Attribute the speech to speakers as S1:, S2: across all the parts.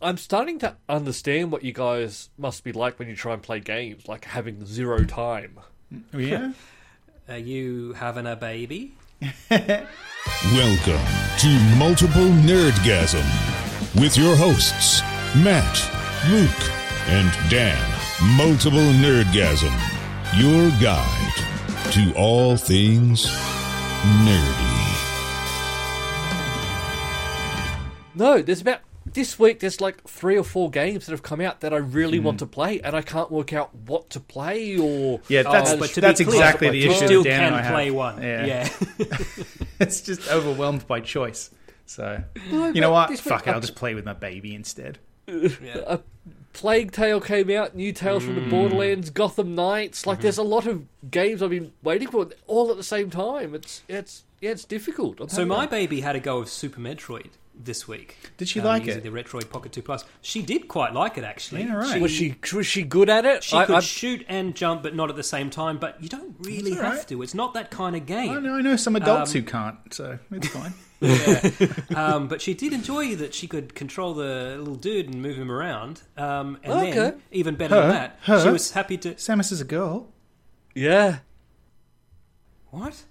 S1: I'm starting to understand what you guys must be like when you try and play games, like having zero time.
S2: Oh, yeah.
S3: Are Uh, you having a baby?
S4: Welcome to Multiple Nerdgasm with your hosts, Matt, Luke, and Dan. Multiple Nerdgasm, your guide to all things nerdy.
S1: No, there's about this week. There's like three or four games that have come out that I really want to play, and I can't work out what to play or
S2: Mm-hmm. Yeah, that's-
S1: Oh, but
S3: to
S2: that's
S3: be clear,
S2: exactly the
S3: you
S2: issue that
S3: still
S2: Dan
S3: can
S2: and I have.
S3: play one.
S2: Yeah.
S3: Yeah.
S2: it's just overwhelmed by choice. So, you
S1: but
S2: know what?
S1: this
S2: Fuck
S1: week-
S2: it, I'll just play with my baby instead.
S1: Plague Tale came out, New Tales
S2: Mm.
S1: from the Borderlands, Gotham Knights.
S2: Mm-hmm.
S1: Like, there's a lot of games I've been waiting for all at the same time. It's it's yeah, it's difficult. I'm
S3: so
S1: having
S3: my
S1: a-
S3: baby had a go of Super Metroid this week. Um,
S2: Did she like
S3: using
S2: it?
S3: The Retroid Pocket Two Plus. She did quite like it actually.
S2: Yeah, right.
S3: She,
S1: was she was she good at it?
S3: she
S1: I-
S3: could
S1: I'm-
S3: shoot and jump, but not at the same time. But you don't really
S2: That's all
S3: have
S2: right.
S3: to. It's not that kind of game.
S2: I know, I know some adults who can't, so it's fine.
S3: um, but she did enjoy that she could control the little dude and move him around. Um, and
S1: Okay.
S3: then, even better than
S2: Her?
S3: that,
S2: Her?
S3: she was happy to.
S2: Samus is a girl.
S1: yeah.
S3: What?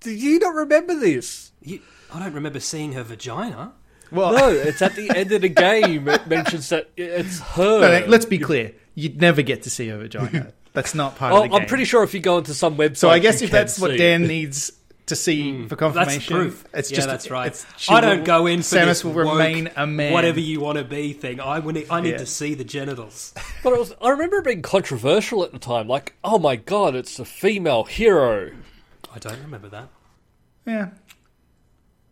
S1: Do you not remember this?
S3: You, I don't remember seeing her vagina.
S2: Well,
S1: No, it's at the end of the game. It mentions that it's her.
S2: no, no, let's be clear. You'd never get to see her vagina. That's not part
S1: Oh,
S2: of the game.
S1: I'm pretty sure if you go into some website,
S2: So I guess
S1: you
S2: if
S1: can
S2: that's what
S1: see.
S2: Dan needs to see for confirmation,
S3: Hmm. That's the proof.
S2: It's
S3: yeah,
S2: just
S3: that's right.
S2: it's- she
S3: I don't
S2: will-
S3: go in for
S2: Samus
S3: this
S2: will
S3: woke,
S2: remain a man.
S3: Whatever you want to be thing. I, wanna- I need
S2: Yeah.
S3: to see the genitals.
S1: But it was, I remember it being controversial at the time. Like, oh my god, it's a female hero.
S3: I don't remember that.
S2: Yeah.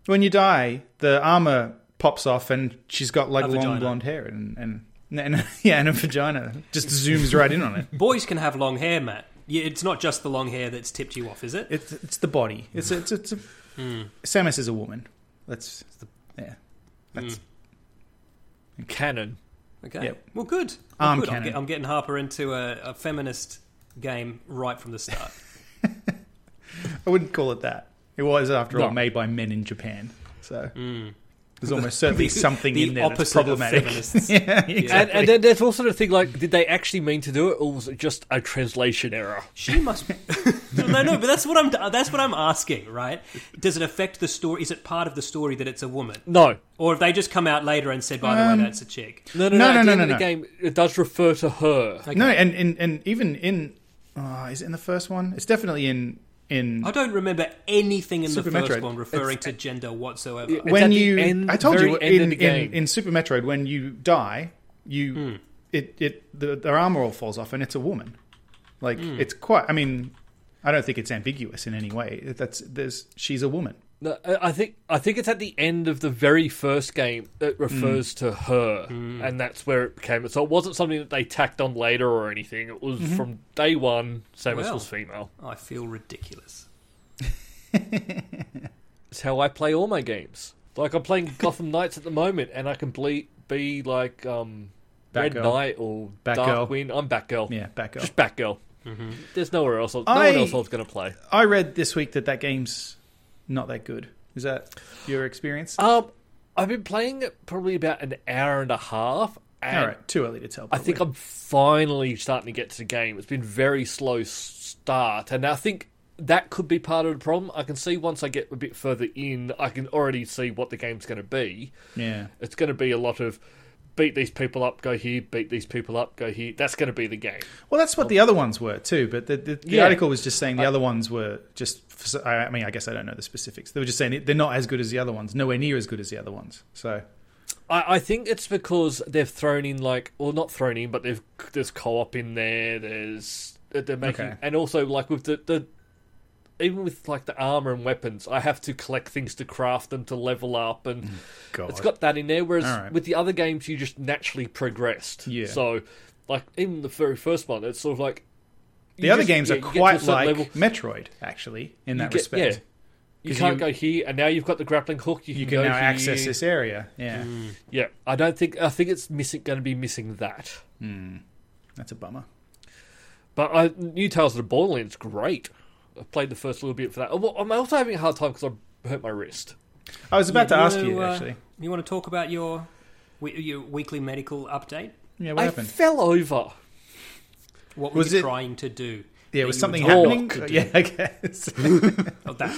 S2: When you die, the armor pops off, and she's got like
S3: A
S2: long
S3: vagina.
S2: blonde hair and. and and, yeah, and a vagina just zooms right in on it.
S3: Boys can have long hair, Matt. Yeah, it's not just the long hair that's tipped you off, is it?
S2: It's it's the body. It's it's it's. A,
S3: Hmm.
S2: Samus is a woman. That's yeah. That's
S3: Hmm.
S1: Canon.
S3: Okay.
S2: Yep.
S3: Well, good. Well,
S2: Arm
S3: good. I'm,
S2: cannon.
S3: get, I'm getting Harper into a, a feminist game right from the start.
S2: I wouldn't call it that. It was, after all,
S1: No.
S2: made by men in Japan. So there's almost certainly something
S3: Hmm. the
S2: in there that's
S3: opposite
S2: problematic.
S3: Of feminists.
S2: yeah,
S1: And,
S2: exactly.
S1: and then there's also the thing like, did they actually mean to do it, or was it just a translation error?
S3: She must. no, no, but that's what I'm. That's what I'm asking, right? Does it affect the story? Is it part of the story that it's a woman,
S1: No,
S3: or if they just come out later and said, "By the way, that's a chick"?
S1: no, no,
S2: No,
S1: no.
S2: no,
S1: at the
S2: no,
S1: end
S2: no,
S1: of the
S2: no.
S1: game, it does refer to her.
S2: No, and, and, and even in uh, is it in the first one? It's definitely in in
S3: I don't remember anything in
S2: Super
S3: the first
S2: Metroid.
S3: one referring to gender whatsoever.
S1: Yeah.
S2: when
S1: at the
S2: you.
S1: end-
S2: I told you
S1: very end of
S2: in,
S1: the
S2: in
S1: game.
S2: in Super Metroid when you die, you it it the, their armor all falls off and it's a woman. Like it's quite. I mean, I don't think it's ambiguous in any way. That's there's she's a woman.
S1: No, I I think I think it's at the end of the very first game that
S2: Mm.
S1: refers to her, and that's where it became. So it wasn't something that they tacked on later or anything. It
S2: Mm-hmm.
S1: was from day one. Samus
S3: Well.
S1: was female.
S3: I feel ridiculous.
S1: It's how I play all my games. Like I'm playing Gotham Knights at the moment, and I can ble- be like um, Red
S2: Batgirl.
S1: Knight or
S2: Batgirl.
S1: Darkwing. I'm Batgirl.
S2: Yeah, Batgirl. Mm-hmm.
S1: Just Batgirl. There's nowhere else. No
S2: I-
S1: one else I was going to play.
S2: I read this week that that game's not that good. Is that your experience?
S1: Um, I've been playing it probably about an hour and a half, and
S2: All right, too early to tell.
S1: I think
S2: probably.
S1: I'm finally starting to get to the game. It's been very slow s- start, and I think that could be part of the problem. I can see once I get a bit further in, I can already see what the game's going to be.
S2: yeah.
S1: It's going to be a lot of beat these people up, go here, beat these people up, go here. That's going to be the game.
S2: Well, that's what the other ones were too. But the, the, the
S1: Yeah.
S2: article was just saying the other ones were just. for- I I mean, I guess I don't know the specifics. They were just saying it- they're not as good as the other ones. Nowhere near as good as the other ones. So
S1: I, I think it's because they've thrown in like, well, not thrown in, but they've there's co-op in there. There's they're making,
S2: Okay.
S1: and also like with the the even with like the armor and weapons, I have to collect things to craft them to level up, and
S2: God.
S1: it's got that in there. Whereas
S2: Mm-hmm. All right.
S1: with the other games, you just naturally progressed.
S2: Yeah.
S1: So like even the very first one, it's sort of like
S2: the
S1: you
S2: other
S1: just-
S2: games
S1: yeah,
S2: are
S1: you get to a
S2: quite
S1: certain
S2: like
S1: level,
S2: Metroid, actually, in that
S1: get-
S2: respect.
S1: yeah. You
S2: 'cause
S1: can't
S2: you-
S1: go here, and now you've got the grappling hook. You can,
S2: You can
S1: go
S2: now
S1: here.
S2: access this area. Yeah,
S1: Yeah, I don't think I think it's missing going to be missing that.
S2: that's a bummer.
S1: But I, New Tales of the Borderlands, great. I played the first little bit for that. Oh, well, I'm also having a hard time because I hurt my wrist.
S2: I was about to
S3: You
S2: ask
S3: wanna,
S2: you
S3: uh,
S2: actually.
S3: You want to talk about your we- your weekly medical update?
S2: Yeah, what
S1: I
S2: happened?
S1: fell over.
S3: What were
S2: Was
S3: you
S2: it-
S3: trying to do?
S2: Yeah,
S3: that
S2: was
S3: you
S2: something
S3: were told
S2: happening?
S3: not to do?
S2: Yeah, I guess.
S3: Oh, that.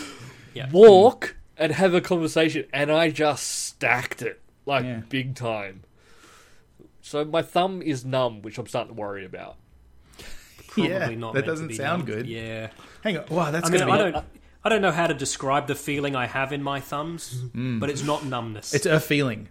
S3: Yeah.
S1: Walk and have a conversation, and I just stacked it like
S2: Yeah.
S1: big time. So my thumb is numb, which I'm starting to worry about.
S3: Probably
S2: Yeah,
S3: not.
S2: that
S3: meant to
S2: doesn't
S3: be
S2: sound
S3: done.
S2: good.
S3: Yeah.
S2: Hang on. Wow, that's
S3: I mean,
S2: gonna be.
S3: I don't. I don't know how to describe the feeling I have in my thumbs, but it's not numbness.
S2: Mm. It's a feeling.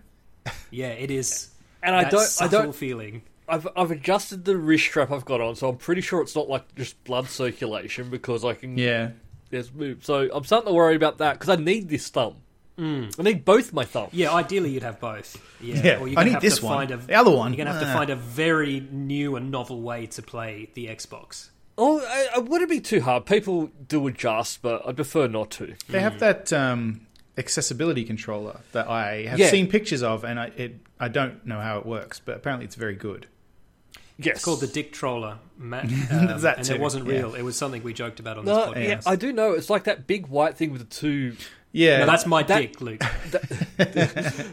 S3: yeah, it is.
S1: And I
S3: that
S1: don't, I
S3: subtle
S1: don't,
S3: feeling.
S1: I've, I've adjusted the wrist strap I've got on, so I'm pretty sure it's not like just blood circulation because I can
S2: Yeah.
S1: there's move. So I'm starting to worry about that because I need this thumb.
S2: Mm.
S1: I need both my thumbs.
S3: Yeah, ideally you'd have both. Yeah,
S2: Yeah,
S3: or you're
S2: I
S3: gonna
S2: need
S3: have
S2: this
S3: to
S2: one.
S3: Find a,
S2: The other one.
S3: You're gonna have to
S2: Ah.
S3: find a very new and novel way to play the Xbox.
S1: Oh, I, I wouldn't be too hard. People do adjust, but I prefer not to.
S2: They have that um, accessibility controller that I have
S1: Yeah.
S2: seen pictures of, and I it I don't know how it works, but apparently it's very good.
S1: Yes,
S3: It's called the Dick Troller, Matt, um,
S2: That
S3: and
S2: too,
S3: it wasn't
S2: yeah.
S3: real. It was something we joked about on this
S1: No,
S3: podcast.
S1: yeah, I do know. It's like that big white thing with the two.
S2: Yeah,
S3: No, that's my
S1: That-
S3: dick, Luke.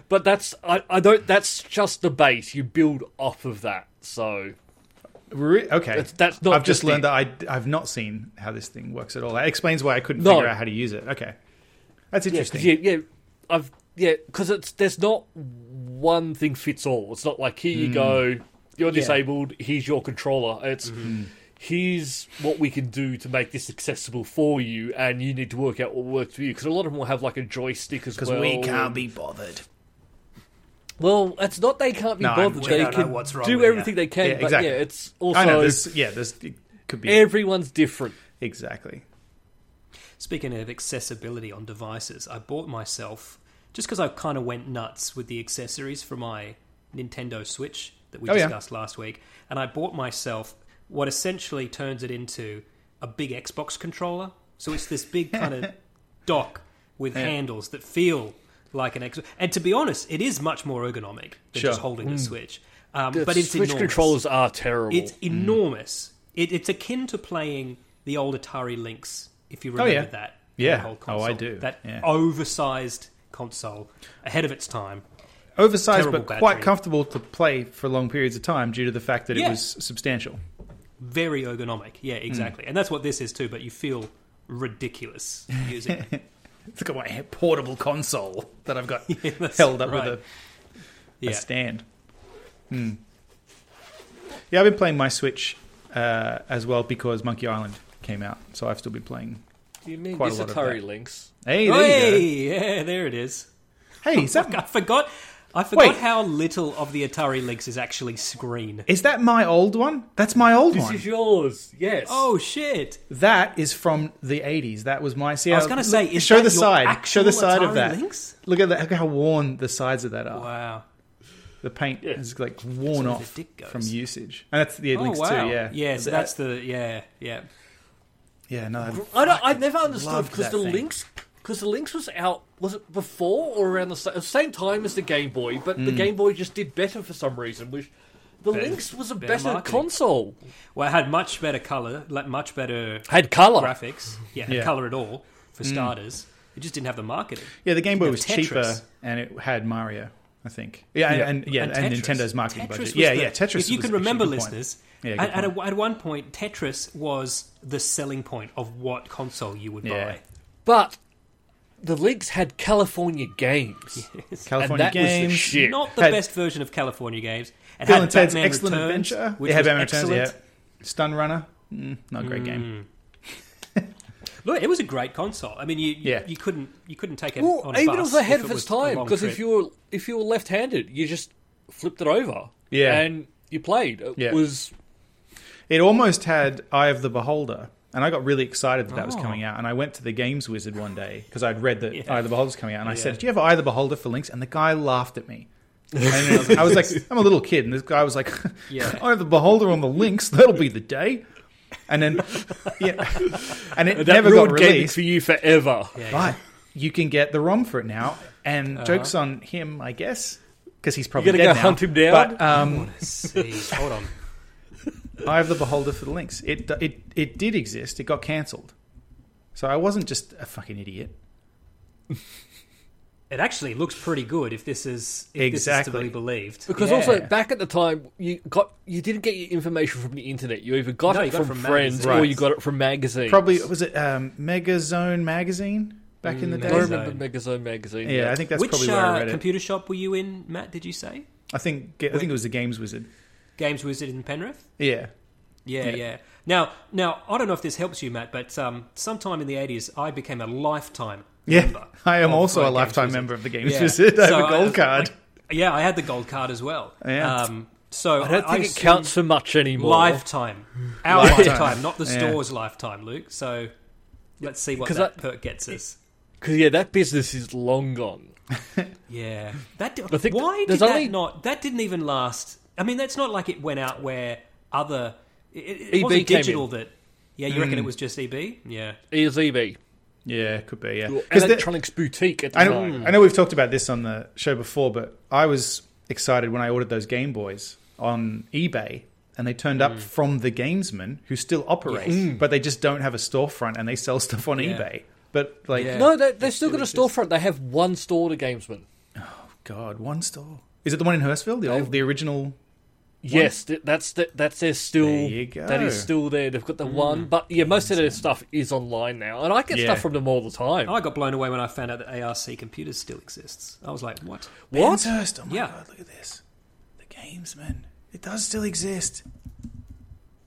S1: But that's I, I don't. That's just the base. You build off of that. So
S2: Re- okay.
S1: That's- that's not
S2: I've just,
S1: just
S2: learned
S1: it.
S2: that I I've not seen how this thing works at all. That explains why I couldn't
S1: No.
S2: figure out how to use it. Okay, that's
S1: yeah,
S2: interesting.
S1: cause yeah, yeah, I've yeah, because it's there's not one thing fits all. It's not like here you go, you're disabled. Here's your controller. It's here's what we can do to make this accessible for you, and you need to work out what works for you. Because a lot of them will have like a joystick as well.
S2: Because we can't be bothered.
S1: Well, it's not they can't be
S2: No, I'm-
S1: bothered.
S2: we
S1: They
S3: don't know
S1: can
S3: what's wrong
S1: do
S3: with you.
S1: everything they can.
S2: Yeah,
S1: But
S2: exactly.
S1: yeah, it's also
S2: I know. There's, yeah, there's it could be
S1: everyone's different.
S2: exactly.
S3: Speaking of accessibility on devices, I bought myself just because I kind of went nuts with the accessories for my Nintendo Switch that we
S2: Oh, yeah.
S3: discussed last week, and I bought myself what essentially turns it into a big Xbox controller. So it's this big kind of dock with handles that feel like an Xbox. And to be honest, it is much more ergonomic than
S2: Sure. Mm.
S3: just holding the Switch. Um,
S1: The
S3: but it's
S1: Switch
S3: enormous.
S1: controllers are terrible.
S3: It's
S2: Mm.
S3: enormous. It, it's akin to playing the old Atari Lynx, if you remember
S2: Oh, yeah.
S3: that.
S2: Yeah.
S3: that whole
S2: Oh, I
S3: console.
S2: do.
S3: That
S2: Yeah.
S3: oversized console ahead of its time.
S2: Oversized,
S3: Terrible
S2: but quite
S3: battery.
S2: comfortable to play for long periods of time due to the fact that it
S3: Yeah.
S2: was substantial.
S3: Very ergonomic. Yeah,
S2: Mm.
S3: exactly. And that's what this is too, but you feel ridiculous using it.
S2: Look at my portable console that I've got
S3: that's
S2: held up
S3: right.
S2: with a a
S3: Yeah.
S2: stand. Hmm. Yeah, I've been playing my Switch uh, as well because Monkey Island came out, so I've still been playing.
S1: you mean
S2: quite a
S1: this
S2: lot of
S1: Atari
S2: that.
S1: Lynx?
S2: Hey, there
S3: Hey,
S2: you
S3: yeah, there it is.
S2: go. Hey, is
S3: I
S2: that
S3: forgot I forgot
S2: Wait.
S3: how little of the Atari Lynx is actually screen.
S2: is that my old one? That's my old
S1: This
S2: one.
S1: is yours. Yes.
S3: Oh shit.
S2: that is from the eighties. That was my. See,
S3: I was
S2: how-
S3: gonna say, is
S2: show
S3: that
S2: the
S3: your
S2: side. Show the
S3: actual
S2: side
S3: Atari
S2: of that.
S3: Lynx?
S2: Look at that. Look how worn the sides of that are.
S3: Wow.
S2: The paint is like worn
S3: where the
S2: off
S3: dick goes.
S2: from usage, and that's the
S3: Oh
S2: Lynx
S3: wow.
S2: too. Yeah,
S3: Yeah, so
S2: That-
S3: that's the yeah, yeah.
S2: yeah. No,
S1: I don't, I never understood
S2: loved
S1: because
S2: that
S1: the
S2: thing.
S1: Lynx because the Lynx was out was it before or around the sa- same time as the Game Boy, but the Game Boy just did better for some reason. Which the Lynx was a
S3: better
S1: Mm. better
S3: marketing.
S1: console,
S3: Well, it had much better color, like much better
S1: had color.
S3: graphics. Yeah,
S2: Yeah. Mm.
S3: color at all for starters. It just didn't have the marketing.
S2: Yeah, the Game Boy
S3: The
S2: was
S3: Tetris.
S2: cheaper and it had Mario, I think. Yeah, and,
S1: Yeah.
S2: and yeah, and,
S3: Tetris.
S2: Nintendo's marketing
S3: Tetris was
S2: budget. Yeah,
S3: the-
S2: yeah, Tetris.
S3: If you
S2: was
S3: can
S2: actually a
S3: remember,
S2: good point.
S3: listeners,
S2: Yeah, good
S3: at, at,
S2: point.
S3: a, at one point, Tetris was the selling point of what console you would
S2: Yeah.
S3: buy.
S1: But the Lynx had California games.
S2: California
S1: and that was
S2: Games.
S1: the shit.
S3: Not the
S2: Had-
S3: best version of California games. It
S2: Bill
S3: had
S2: and Ted's
S3: Batman
S2: Excellent
S3: Returns,
S2: Adventure.
S3: which
S2: yeah,
S3: was
S2: Batman
S3: excellent.
S2: Returns. Yeah, Stun Runner. Mm, not a great game.
S3: Look, it was a great console. I mean, you you,
S2: Yeah.
S3: you couldn't you couldn't take it
S1: Well,
S3: on a
S1: even
S3: bus
S1: it was ahead
S3: if
S1: of
S3: it
S1: its
S3: was a
S1: time
S3: long
S1: because if
S3: trip.
S1: you were if you were left-handed, you just flipped it over,
S2: Yeah.
S1: and you played. It
S2: Yeah.
S1: was
S2: It almost had Eye of the Beholder, and I got really excited that that was coming out. And I went to the Games Wizard one day because I'd read that Eye of the Beholder was coming out, and I said, "Do you have Eye of the Beholder for links?" And the guy laughed at me. And I was like, "I'm a little kid," and this guy was like,
S3: Yeah.
S2: "Eye of the Beholder on the links. That'll be the day." And then, yeah, and it
S1: that
S2: never got
S1: ruined gaming
S2: released.
S1: for you forever.
S2: But you can get the ROM for it now, and jokes on him, I guess, because he's probably
S1: gonna
S2: dead
S1: go
S2: now.
S1: hunt him down?
S2: But um,
S3: See, hold on.
S2: I have the beholder for the links. It it it did exist. It got cancelled, so I wasn't just a fucking idiot.
S3: it actually looks pretty good if this is if
S2: Exactly.
S3: this is to be believed.
S1: Because
S2: Yeah.
S1: also back at the time, you got you didn't get your information from the internet. You either got
S3: No,
S1: it
S3: you got
S1: from,
S3: it from
S1: friends
S3: magazines.
S1: or
S2: Right.
S1: you got it from magazines.
S2: Probably was it um, Megazone magazine back in the
S1: I
S2: day.
S3: Megazone.
S1: remember Megazone magazine.
S2: Yeah, I think that's
S3: Which
S2: probably where I
S3: uh,
S2: read it.
S3: computer shop were you in, Matt? Did you say
S2: I think I think it was the Games Wizard.
S3: Games Wizard in Penrith?
S2: Yeah,
S3: Yeah, yeah. Now, now I don't know if this helps you, Matt, but um, sometime in the eighties, I became a lifetime
S2: yeah.
S3: member.
S2: I am
S3: of,
S2: also
S3: uh,
S2: a
S3: Games
S2: lifetime
S3: Wizard.
S2: member of the Games
S3: Yeah.
S2: Wizard. I have
S3: So
S2: a gold
S3: was
S2: card.
S3: like- yeah, I had the gold card as well.
S2: Yeah.
S3: Um, so
S1: I don't think it
S3: assume
S1: counts for much anymore.
S3: Lifetime, our
S2: Lifetime.
S3: lifetime, not the
S2: Yeah.
S3: store's lifetime, Luke. So let's see what
S1: 'Cause
S3: that
S1: I-
S3: perk gets us.
S1: because yeah, that business is long gone.
S3: Yeah, that.
S1: I think
S3: why
S1: there's
S3: did that
S1: only-
S3: not? That didn't even last. I mean, that's not like it went out where other. It, it
S1: EB
S3: wasn't
S1: E came
S3: digital
S1: in. Mm.
S3: that. Yeah, you reckon it was just E EB? Yeah.
S1: EZB,
S2: Yeah, could be. Yeah, because
S1: electronics boutique at the
S2: I know,
S1: time.
S2: I know we've talked about this on the show before, but I was excited when I ordered those Game Boys on eBay and they turned
S3: Mm.
S2: up from the gamesman who still operate, but they just don't have a storefront and they sell stuff on
S3: Yeah.
S2: eBay. But like,
S3: Yeah.
S1: No, they, they've still
S3: still
S1: got a storefront. They have one store to Gamesman.
S2: God, one store. Is it the one in Hurstville? The old, the original.
S1: Yes, th- that's th- that's their still.
S2: There you go.
S1: That is still there. They've got the
S3: Hmm.
S1: one, but yeah, most of their stuff is online now, and I get
S2: Yeah.
S1: stuff from them all the time.
S3: Oh, I got blown away when I found out that ARC computers still exists. I was like, what?
S1: what?
S2: Hurst. Oh my
S3: Yeah.
S2: God, look at this. The gamesman. It does still exist.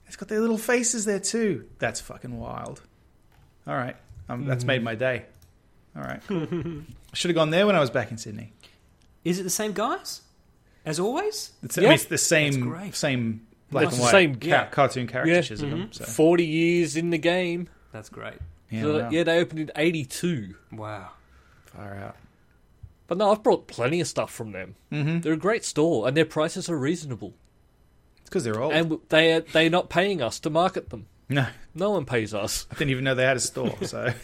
S2: It's got their little faces there too. That's fucking wild. All right, um,
S1: Mm.
S2: that's made my day. All right, should have gone there when I was back in Sydney.
S3: Is it the same guys? As always?
S2: It's, I
S1: Yeah.
S2: mean, it's the same
S3: great.
S2: same black
S1: It's
S2: and
S1: the
S2: white
S1: same-
S2: ca-
S1: yeah. Mm-hmm.
S2: cartoon caricatures of them. So.
S1: Forty years in the game.
S3: That's great.
S2: Yeah,
S1: So,
S2: wow.
S1: uh, yeah, they opened in '82.
S3: Wow.
S2: far out.
S1: But no, I've brought plenty of stuff from them. Mm-hmm. They're a great store, and their prices are reasonable.
S2: It's because they're old.
S1: And w- they are, they're not paying us to market them.
S2: no,
S1: No one pays us.
S2: I didn't even know they had a store. So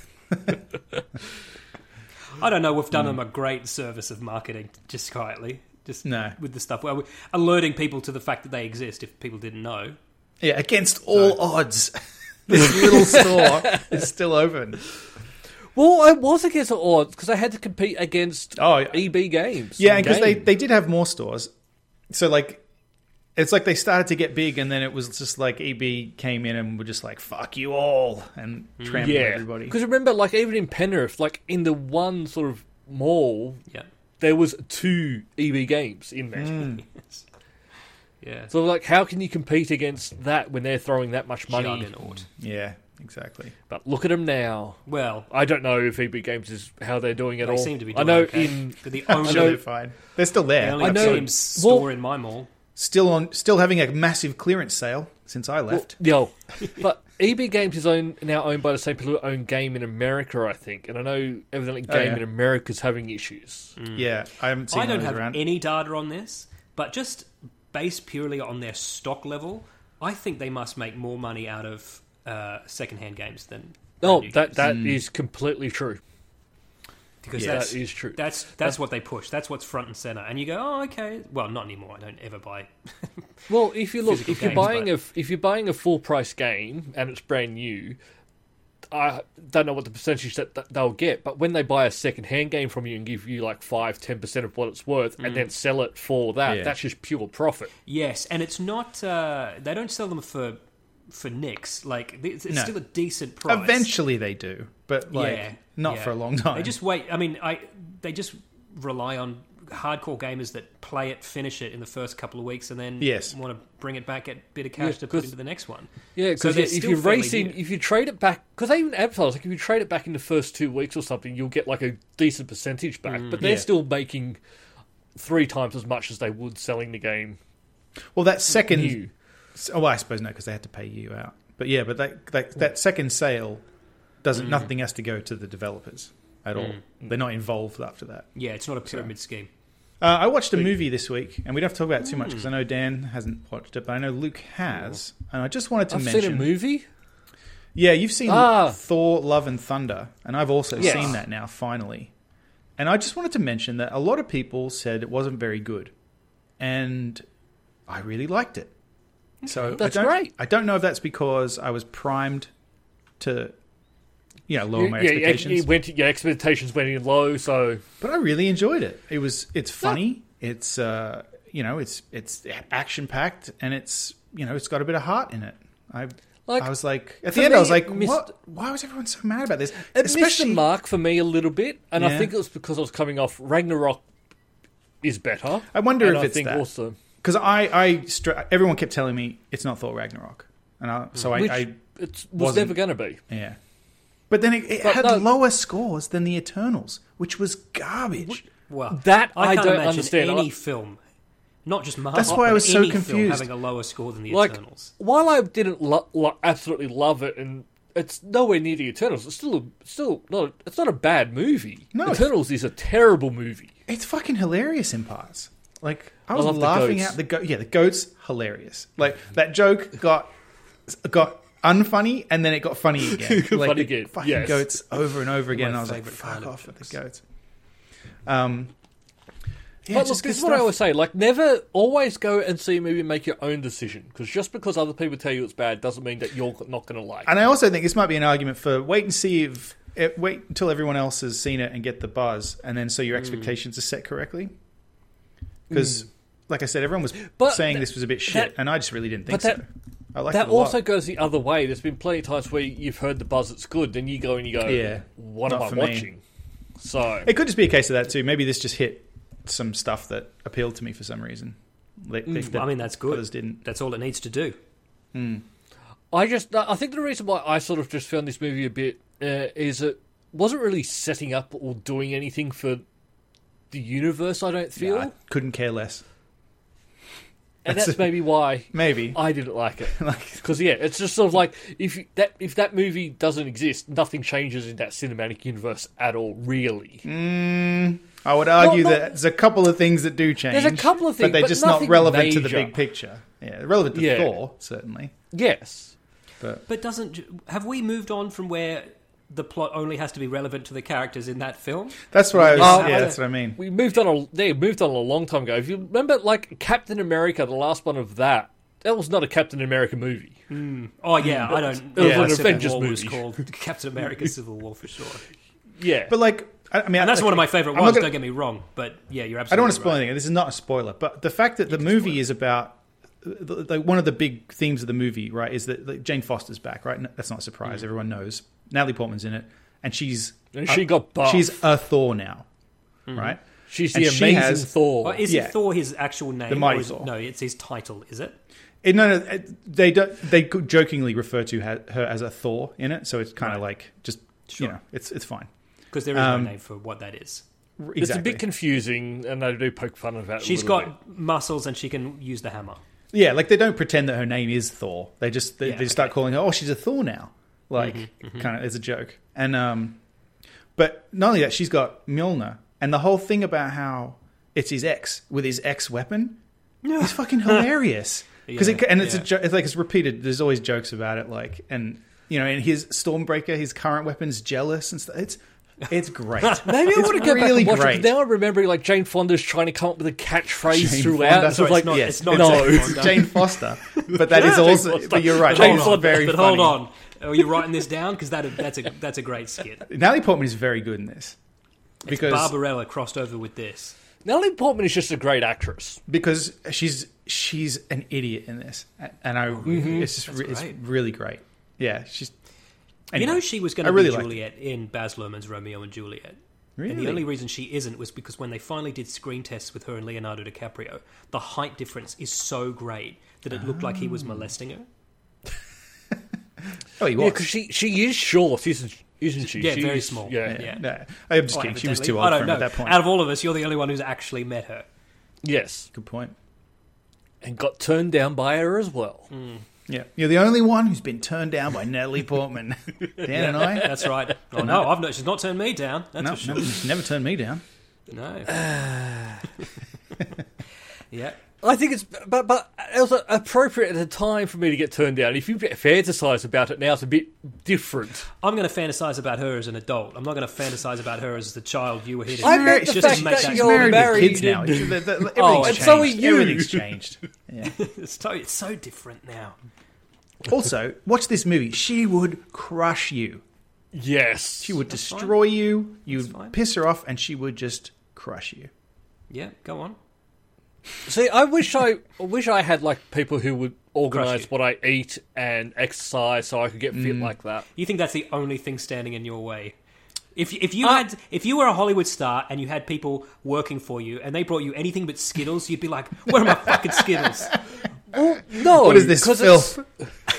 S3: I don't know, we've done
S1: Mm.
S3: them a great service of marketing, just quietly. Just
S2: No.
S3: with the stuff where we're alerting people to the fact that they exist if people didn't know.
S2: yeah, against all odds, this little store is still open.
S1: Well, I was against the odds because I had to compete against
S2: Oh, yeah.
S1: EB Games.
S2: Yeah, because they
S1: Game.
S2: they did have more stores. So like, it's like they started to get big, and then it was just like EB came in and were just like, "Fuck you all," and trampled everybody.
S1: Because remember, like even in Penrith, like in the one sort of mall,
S3: Yeah.
S1: there was two EB games in there.
S2: Mm.
S3: Yes. Yeah.
S1: So like, how can you compete against that when they're throwing that much money?
S3: Juggernaut.
S2: Yeah, exactly.
S1: But look at them now.
S3: Well,
S1: I don't know if EB Games is how they're doing at
S3: they
S1: all.
S3: seem to be
S1: I
S3: doing
S1: know
S3: okay.
S1: in
S3: They're the
S2: I'm
S3: only,
S2: sure they're
S3: the
S2: fine. They're still there.
S3: only
S1: I know-
S3: Games store
S1: Well-
S3: in my mall.
S2: still on, still having a massive clearance sale since I left.
S1: Yo, but EB Games is own, now owned by the same people who own Game in America, I think. And I know evidently Game
S2: Oh, yeah. Mm,
S1: in America's having issues.
S2: Yeah, I haven't seen
S3: I don't
S2: those
S3: have
S2: around.
S3: any data on this, but just based purely on their stock level, I think they must make more money out of uh, secondhand games than
S1: No,
S3: brand new
S1: Oh, that
S3: games.
S1: that is completely true.
S3: because
S1: yeah,
S3: that's,
S1: that is true.
S3: That's that's what they push. That's what's front and center. And you go, oh, okay. Well, not anymore. I don't ever buy.
S1: Well, if you look,
S3: Physical
S1: if you're
S3: games,
S1: buying
S3: but-
S1: a f- if you're buying a full price game and it's brand new, I don't know what the percentage that that they'll get, but when they buy a second hand game from you and give you like five, ten percent of what it's worth, and then sell it for that,
S2: Yeah.
S1: that's just pure profit.
S3: yes, and it's not. Uh, they don't sell them for for nicks. Like it's, it's
S2: No.
S3: still a decent price.
S2: Eventually they do, but like
S3: Yeah,
S2: not
S3: yeah.
S2: for a long time.
S3: They just wait. I mean, I they just rely on hardcore gamers that play it, finish it in the first couple of weeks, and then
S2: Yes.
S3: want to bring it back at a bit of cash
S1: Yeah,
S3: to put
S1: 'cause-
S3: into the next one.
S1: Yeah,
S3: So
S1: because
S3: they're
S1: if
S3: still
S1: you
S3: fairly
S1: race in,
S3: new.
S1: if you trade it back, because they even advertise like if you trade it back in the first two weeks or something, you'll get like a decent percentage back, but they're
S2: Mm, Yeah.
S1: still making three times as much as they would selling the game
S2: well, that second.
S1: new.
S2: So- Oh, well, I suppose no, because they had to pay you out. But yeah, but that that,
S1: Hmm.
S2: that second sale doesn't. Nothing has to go to the developers at all.
S1: Hmm.
S2: They're not involved after that.
S3: Yeah, it's not a pyramid scheme.
S2: Uh, I watched a movie this week, and we don't have to talk about it too
S1: Hmm.
S2: much because I know Dan hasn't watched it, but I know Luke has, and I just wanted to
S1: I've
S2: mention.
S1: seen a movie.
S2: Yeah, you've seen
S1: Ah.
S2: Thor: Love and Thunder, and I've also
S1: Yes.
S2: seen that now finally. And I just wanted to mention that a lot of people said it wasn't very good, and I really liked it. So
S1: That's
S2: I don't,
S1: great.
S2: I don't know if that's because I was primed to you know, lower my
S1: yeah, yeah,
S2: expectations.
S1: it went, yeah, expectations went in low, so
S2: but I really enjoyed it. It was it's funny. It's uh, you know, it's it's action packed, and it's you know, it's got a bit of heart in it. I
S1: Like,
S2: I was like at
S1: for
S2: the end, I
S1: me,
S2: was like,
S1: it missed-
S2: what? Why was everyone so mad about this?
S1: it missed the mark for me a little bit, and
S2: Yeah.
S1: I think it was because I was coming off Ragnarok is better.
S2: I wonder
S1: and
S2: if
S1: I
S2: it's
S1: think
S2: that.
S1: also
S2: because I I stra- everyone kept telling me it's not Thor Ragnarok, and I, so I,
S1: which
S2: I
S1: it was
S2: wasn't-
S1: never going to be.
S2: yeah. But then it, it
S1: But
S2: had
S1: no-
S2: lower scores than the Eternals, which was garbage.
S3: Well,
S1: That I
S3: can't
S1: don't
S3: imagine
S1: understand.
S3: Any
S1: I-
S3: film, not just Marvel.
S2: That's why I
S3: but
S2: was so
S3: any film
S2: confused.
S3: having a lower score than the
S1: Like
S3: Eternals.
S1: while I didn't lo- lo- absolutely love it, and it's nowhere near the Eternals. It's still a, still not. It's not a bad movie.
S2: No.
S1: Eternals is a terrible movie.
S2: It's fucking hilarious in parts. Like I was
S1: love the
S2: laughing
S1: goats.
S2: out the go- yeah the goats hilarious. Like that joke got got unfunny and then it got funny again. like
S1: Funny
S2: the
S1: again,
S2: Fucking
S1: yes.
S2: goats over and over again. and
S3: My
S2: I was like,
S3: favourite kind
S2: fuck
S3: of
S2: off with the
S3: jokes.
S2: goats. Um,
S1: But
S2: yeah, just
S1: look,
S2: good
S1: this is what I
S2: stuff.
S1: always say: like, never, always go and see a movie and make your own decision. Because just because other people tell you it's bad doesn't mean that you're not going to like. it.
S2: And I also think this might be an argument for wait and see if eh, wait until everyone else has seen it and get the buzz, and then so
S1: Hmm.
S2: your expectations are set correctly. Because, like I said, everyone was
S1: But
S2: saying
S1: that-
S2: this was a bit shit,
S1: that-
S2: and I just really didn't
S1: but
S2: think
S1: that-
S2: so. I liked
S1: That
S2: it a lot.
S1: also goes the other way. There's been plenty of times where you've heard the buzz it's good, then you go and you go,
S2: Yeah.
S1: what
S2: Not
S1: am I
S2: for me."
S1: watching?" So
S2: It could just be a case of that too. Maybe this just hit some stuff that appealed to me for some reason.
S1: Hmm,
S2: Like, like that
S3: I mean, that's
S2: Others
S3: good.
S2: didn't.
S3: That's all it needs to do.
S1: I just I think the reason why I sort of just found this movie a bit uh, is it wasn't really setting up or doing anything for the universe. I don't feel,
S2: I couldn't care less.
S1: and
S2: that's
S1: that's maybe why
S2: Maybe.
S1: I didn't like it. Because yeah, it's just sort of like if you, that if that movie doesn't exist, nothing changes in that cinematic universe at all. Really,
S2: Mm, I would argue
S1: not-
S2: that there's a couple of things that do change.
S1: a couple of
S2: but
S1: things,
S2: they're
S1: but
S2: just not
S1: nothing
S2: relevant to the
S1: major.
S2: big picture. Yeah, relevant to
S1: Yeah.
S2: Thor certainly.
S1: yes,
S2: But
S3: But doesn't have we moved on from where the plot only has to be relevant to the characters in that film?
S2: that's what I was.
S1: Uh,
S2: yeah,
S1: I-
S2: that's what I mean.
S1: we moved on. A, they moved on a long time ago. If you remember, like Captain America, the last one of that, that was not a Captain America movie.
S2: Mm.
S3: Oh yeah, I don't.
S1: It was
S3: yeah,
S1: an
S3: Civil
S1: Avengers
S3: War was
S1: movie.
S3: called Captain America: Civil War for sure,
S1: Yeah,
S2: But like, I, I mean,
S3: and that's
S2: I,
S3: one of my favorite
S2: I'm not
S3: ones.
S2: gonna-
S3: Don't get me wrong, but yeah, you're absolutely.
S2: I don't want to spoil
S3: right.
S2: anything. This is not a spoiler, but the fact that the movie is about the, the, one of the big themes of the movie, right, is that like, Jane Foster's back, right? No, that's not a
S3: Mm.
S2: surprise. Everyone knows. Natalie Portman's in it, and she's
S1: And she got buff.
S2: She's a Thor now,
S3: Mm-hmm.
S2: right?
S1: she's
S2: and
S1: the
S2: she
S1: amazing
S2: has-
S1: Thor.
S3: Well, is
S2: Yeah.
S3: Thor his actual name?
S2: The Mighty
S3: or is-
S2: Thor.
S3: No, it's his title. Is it?
S2: It, no, no, it- they don't. They could jokingly refer to her, her as a Thor in it, so it's kind of like just
S3: Sure.
S2: you know, it's it's fine.
S3: Because there is
S2: Um,
S3: no name for what that is.
S2: Exactly.
S1: It's a bit confusing, and I do poke fun of that.
S3: She's
S1: She's
S3: got muscles and she can use the hammer.
S2: Yeah, like they don't pretend that her name is Thor. They just they,
S3: Yeah, Mm-hmm,
S2: they just start calling her. Oh, she's a Thor now. Like kind of as a joke. And um, but not only that, she's got Mjolnir, and the whole thing about how it's his ex with his ex weapon is fucking hilarious. Because it
S3: Yeah,
S2: and it's a
S3: yeah.
S2: jo- it's like it's repeated. There's always jokes about it. Like and you know, and his Stormbreaker, his current weapon's jealous and stuff. It's it's great.
S1: Maybe I
S2: It's
S1: want to go
S2: really
S1: back and watch
S2: great.
S1: it. 'cause Now I'm remembering like Jane Fonda's trying to come up with a catchphrase
S2: Jane
S1: throughout.
S2: Fonda.
S1: and so
S3: Sorry,
S1: it's like,
S3: not-
S2: yes,
S3: it's not
S1: no.
S3: Jane Fonda.
S2: Jane Foster, but that is
S1: Jane
S2: also.
S1: Foster.
S2: But you're right.
S1: Jane
S2: Jane
S1: Fonda,
S2: Foster, very
S3: but
S2: funny.
S3: hold on. Are you writing this down? Because that that's a that's a great skit.
S2: Natalie Portman is very good in this because
S3: Barbarella crossed over with this.
S1: Natalie Portman is just a great actress.
S2: because she's she's an idiot in this, and
S1: Oh,
S2: I it's just re- it's
S3: great.
S2: really great. Yeah, she's. anyway.
S3: You know she was going
S2: I
S3: to
S2: really
S3: be
S2: liked it.
S3: Juliet in Baz Luhrmann's Romeo and Juliet. And
S2: Really?
S3: the only reason she isn't was because when they finally did screen tests with her and Leonardo DiCaprio, the height difference is so great that it looked like he
S2: Ah.
S3: was molesting her.
S2: Oh, he
S1: Yeah,
S2: was.
S1: because she she is short, isn't isn't she?
S3: Yeah,
S1: She's-
S3: very small.
S1: Yeah.
S3: yeah.
S2: No, I'm just
S3: Well,
S2: kidding. She was
S3: evidently.
S2: too
S3: I
S2: old for
S3: don't
S2: him
S3: know.
S2: at that point.
S3: Out of all of us, you're the only one who's actually met her.
S1: Yes,
S2: Good point.
S1: and got turned down by her as well.
S2: Yeah, you're the only one who's been turned down by Natalie Portman. Dan and I.
S3: That's right. Oh no, I've not, she's not turned me down. That's
S2: No,
S3: for sure.
S2: no, she's never turned me down.
S3: No. yeah.
S1: I think it's but but it was appropriate at the time for me to get turned down. If you fantasize about it now, it's a bit different.
S3: I'm going to fantasize about her as an adult. I'm not going to fantasize about her as the child you were hitting.
S1: I meant
S3: It's
S1: the
S3: just
S1: fact
S3: to make
S1: that
S3: that
S1: you're
S3: clear.
S2: Married
S1: married
S2: with kids now.
S1: and-
S2: The- the- the- Everything's
S1: Oh, and
S2: changed.
S1: so are you.
S2: Everything's changed. Yeah.
S3: It's, to- it's so different now.
S2: Also, watch this movie. She would crush you.
S1: Yes.
S2: She would
S3: That's fine.
S2: destroy you.
S3: That's
S2: You'd
S3: fine.
S2: piss her off, and she would just crush you.
S3: Yeah, go on.
S1: See, I wish I, I wish I had like people who would organize
S3: you. Mm.
S1: what I eat and exercise so I could get fit like that.
S3: You think that's the only thing standing in your way? If if you
S2: Uh,
S3: had if you were a Hollywood star and you had people working for you and they brought you anything but Skittles, you'd be like, "Where are my fucking Skittles?"
S1: No,
S3: Oh,
S2: What is this
S1: 'cause
S2: filth?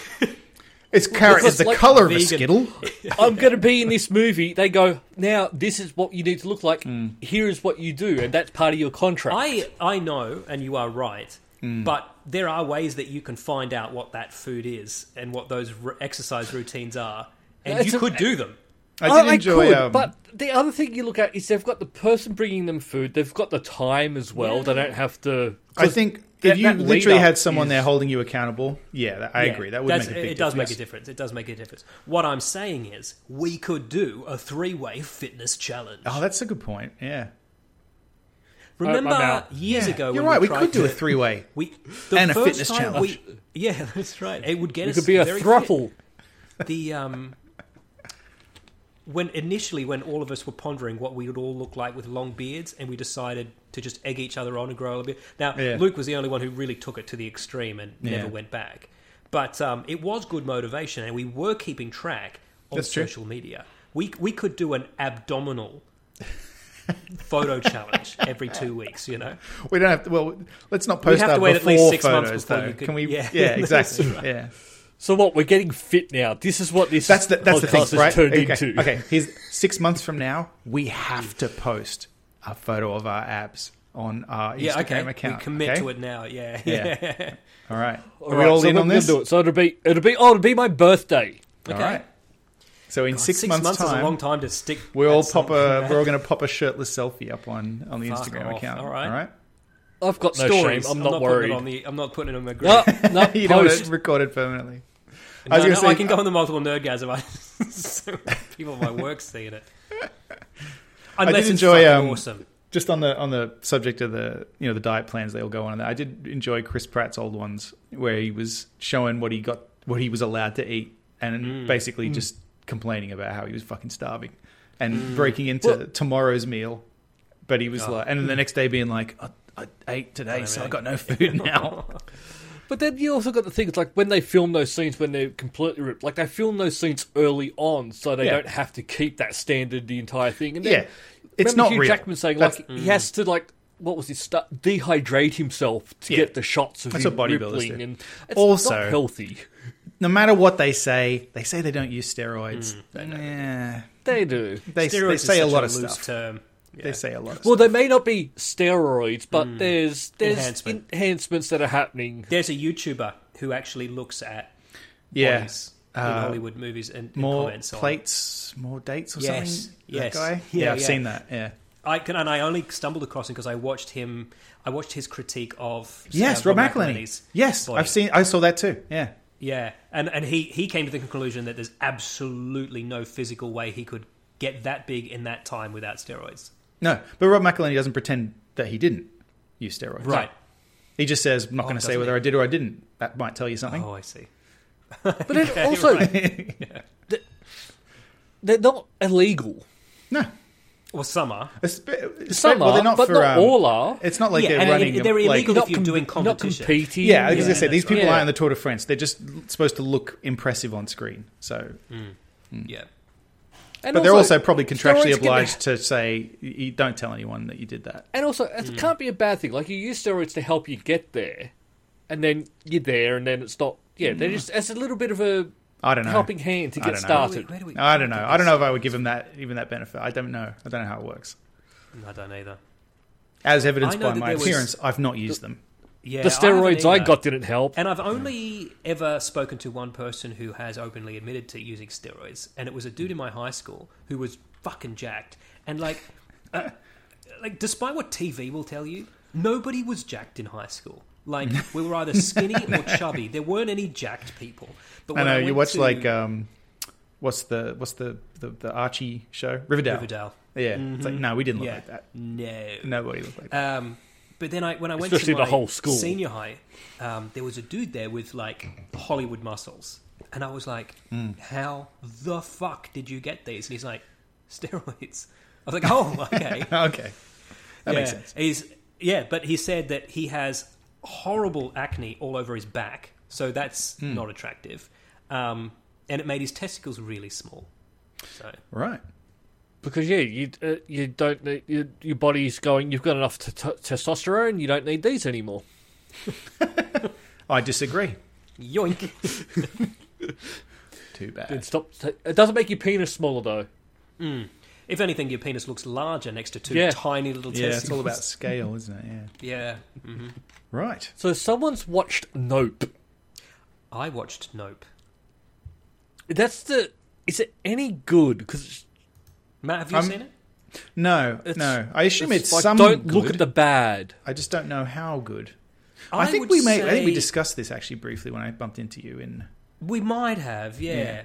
S2: It's carrot
S1: because,
S2: is the
S1: like,
S2: color of a
S3: vegan-
S2: skittle.
S1: it's- I'm going to be in this movie. They go now. This is what you need to look like.
S3: Mm.
S1: Here is what you do, and that's part of your contract.
S3: I I know, and you are right,
S2: Hmm.
S3: but there are ways that you can find out what that food is and what those r- exercise routines are, and
S1: It's
S3: you
S1: a-
S3: could do them.
S2: I did
S1: I
S2: enjoy.
S1: could,
S2: um,
S1: but the other thing you look at is they've got the person bringing them food. They've got the time as well. They don't have to.
S2: I think
S1: that-
S2: if you
S1: that lead
S2: literally
S1: up
S2: had someone
S1: is-
S2: there holding you accountable, yeah, that, I
S3: Yeah,
S2: agree. That would
S3: that's-
S2: make a big
S3: it does
S2: difference.
S3: make a difference. It does make a difference. What I'm saying is, we could do a three way fitness challenge.
S2: Oh, that's a good point. Yeah,
S3: Remember
S1: I'm out.
S3: years
S2: Yeah,
S3: ago,
S2: you're
S3: when
S2: right.
S3: We,
S2: We,
S3: tried
S2: could do
S3: to,
S2: a three-way.
S3: we the
S2: and a
S3: first
S2: fitness
S3: time
S2: challenge.
S3: we- yeah, that's right. It would get
S1: It
S3: us.
S1: could be a
S3: very
S1: thruple.
S3: fit. The um, when initially, when all of us were pondering what we would all look like with long beards, and we decided to just egg each other on and grow a bit. Now,
S2: Yeah.
S3: Luke was the only one who really took it to the extreme and never
S2: Yeah.
S3: went back. But um, it was good motivation, and we were keeping track on
S2: That's true.
S3: social media. We we could do an abdominal photo challenge every two weeks. You know.
S2: We don't have to. Well, let's not post
S3: have to
S2: our
S3: wait at
S2: before
S3: least six months
S2: photos,
S3: before
S2: though.
S3: you could-
S2: Can we?
S3: yeah.
S2: Yeah,
S3: That's
S2: exactly.
S3: right.
S2: Yeah,
S1: So what? We're getting fit now. This is what this
S2: that's the that's the
S1: podcast
S2: thing, right?
S1: has turned
S2: okay.
S1: into.
S2: okay, here's six months from now. We have to post a photo of our abs on our Instagram
S3: Yeah, okay.
S2: account.
S3: we commit
S2: okay?
S3: to it now. Yeah,
S2: Yeah.
S3: yeah.
S2: All right. Are
S1: All
S2: we
S1: right,
S2: all
S1: so
S2: in
S1: we're
S2: on
S1: gonna
S2: this?
S1: do it. So it'll be it'll be oh it'll be my birthday.
S2: All right. So in six, months,
S3: is
S2: time,
S3: a long time to stick.
S2: we all
S3: that
S2: pop
S3: something
S2: a
S3: back.
S2: we're all going to pop a shirtless selfie up on on the
S3: Fuck
S2: Instagram
S3: off.
S2: account.
S3: All right.
S2: All right.
S1: I've got no
S3: stories.
S1: shame. I'm not,
S3: putting
S1: worried.
S3: it on the. I'm not putting it on the group.
S1: No, no,
S2: you know, it's
S1: post.
S2: recorded permanently.
S3: No,
S2: I was
S3: no,
S2: going to say,
S3: I can go on the multiple nerdgasm. I, so people at my work seeing it. Unless
S2: did
S3: it's
S2: enjoy,
S3: fucking
S2: um,
S3: awesome.
S2: just on the on the subject of the you know the diet plans they all go on. And that, I did enjoy Chris Pratt's old ones where he was showing what he got, what he was allowed to eat, and
S3: Mm.
S1: Mm.
S2: basically just complaining about how he was fucking starving and breaking into
S1: Well-
S2: tomorrow's meal. But he was
S3: Mm. Oh.
S2: like, and then the next day being like, I, I ate today, so I
S3: really-
S2: got no food now.
S1: But then you also got the things like when they film those scenes when they're completely ripped. Like they film those scenes early on, so they
S2: Yeah.
S1: don't have to keep that standard the entire thing. And then,
S2: yeah, it's
S1: remember
S2: not
S1: Hugh
S2: real.
S1: Jackman saying
S2: That's-
S1: like he has to like what was his stuff dehydrate himself to
S2: Yeah.
S1: get the shots of
S2: That's
S1: him
S2: what bodybuilders
S1: rippling,
S2: do.
S1: and it's
S2: Also-
S1: not healthy.
S2: no matter what they say, they say they don't use steroids. Yeah,
S1: They do.
S2: they,
S3: Steroids
S2: they
S3: is
S2: say a
S3: Mm. such
S2: lot of
S3: loose
S2: stuff.
S3: Term.
S2: They say a lot. Of
S1: Well,
S2: stuff.
S1: they may not be steroids, but there's there's
S3: Mm. Enhancement.
S1: enhancements that are happening.
S3: There's a YouTuber who actually looks at
S2: yeah,
S3: bodies in
S2: Uh,
S3: Hollywood movies and, and
S2: more
S3: comments on.
S2: plates, more dates or
S3: Yes,
S2: something. that
S3: yes.
S2: guy.
S3: Yeah,
S2: Yeah, I've
S3: yeah.
S2: seen that. Yeah.
S3: I can, and I only stumbled across him because I watched him. I watched his critique of
S2: Yes,
S3: uh,
S2: Rob McElhenney.
S3: McElhenney's
S2: Yes,
S3: body.
S2: I've seen. I saw that too. Yeah.
S3: Yeah, and and he he came to the conclusion that there's absolutely no physical way he could get that big in that time without steroids.
S2: No, but Rob McElhenney doesn't pretend that he didn't use steroids.
S3: Right.
S2: He just says, "I'm not going to say
S3: doesn't
S2: whether I did or I didn't." That might tell you something.
S3: Oh, I see.
S1: But then also, th- they're not illegal.
S2: No.
S3: Well, some are.
S2: Espe-
S1: Some
S2: well,
S1: are,
S2: they're not
S1: but
S2: for,
S1: not
S2: um,
S1: all are.
S2: It's not like
S3: Yeah,
S2: they're
S3: and
S2: running.
S3: it- they're
S2: like-
S3: illegal if
S1: not
S3: you're doing
S1: not
S3: competition.
S1: competing.
S2: Yeah, as I
S3: that's
S2: said, these people
S1: right.
S2: are in the Tour de France. They're just supposed to look impressive on screen. So,
S3: Yeah.
S1: And
S2: but they're also probably
S1: steroids
S2: contractually
S1: can-
S2: obliged to say, "You- you "Don't tell anyone that you did that."
S1: and also, it
S2: Mm.
S1: can't be a bad thing. Like you use steroids to help you get there, and then you're there, and then it's not. Yeah,
S2: Mm.
S1: they're just as a little bit of a
S2: I don't know.
S1: helping hand to
S2: I
S1: get
S2: don't know.
S1: started.
S3: Where do we?
S2: No, I don't know. I don't know if I would give him that even that benefit. I don't know. I don't know how it works.
S3: I don't either.
S2: As evidenced
S3: I know
S2: by
S3: that
S2: my
S3: there was-
S2: appearance, I've not used them.
S3: Yeah,
S1: The steroids I,
S3: I haven't either.
S1: got didn't help.
S3: And I've only ever spoken to one person who has openly admitted to using steroids, and it was a dude in my high school who was fucking jacked. And like, uh, like despite what TV will tell you, nobody was jacked in high school. Like we were either skinny or chubby. There weren't any jacked people. But
S2: I
S3: when
S2: know uh, you
S3: went
S2: watch
S3: to
S2: like um, what's the what's the, the the Archie show Riverdale.
S3: Riverdale, Mm-hmm.
S2: Yeah, it's like no, we didn't look
S3: yeah,
S2: like that.
S3: no,
S2: Nobody looked like that.
S3: Um, but then I, when I went
S1: Especially
S3: to
S1: the
S3: my
S1: whole school.
S3: senior high, um, there was a dude there with like Hollywood muscles, And I was like, how the fuck did you get these? And he's like, steroids. I was like, oh, okay.
S2: Okay, that makes
S3: Yeah.
S2: sense.
S3: He's yeah, but he said that he has horrible acne all over his back, so that's not attractive. Um, and it made his testicles really small. So
S2: Right.
S1: Because yeah, you uh, you don't need your, your body's going. You've got enough t- t- testosterone. You don't need these anymore.
S2: I disagree.
S3: yoink.
S2: Too
S1: It
S2: bad.
S1: stop. T- it doesn't make your penis smaller though.
S3: if anything, your penis looks larger next to two
S1: Yeah.
S3: tiny little
S2: Yeah,
S3: testicles.
S2: it's all about scale, isn't it? Yeah.
S3: yeah.
S2: Right.
S1: So someone's watched Nope.
S3: I watched Nope.
S1: That's the. Is it any good? Because
S3: Matt, have you
S2: I'm-
S3: seen it?
S2: No,
S1: It's-
S2: no. I assume it's,
S1: like,
S2: some
S1: don't
S2: good.
S1: look at the bad.
S2: I just don't know how good.
S3: I
S2: I, think
S3: would
S2: we may. I think we
S3: say-
S2: discussed this actually briefly when I bumped into you in.
S3: We might have, yeah.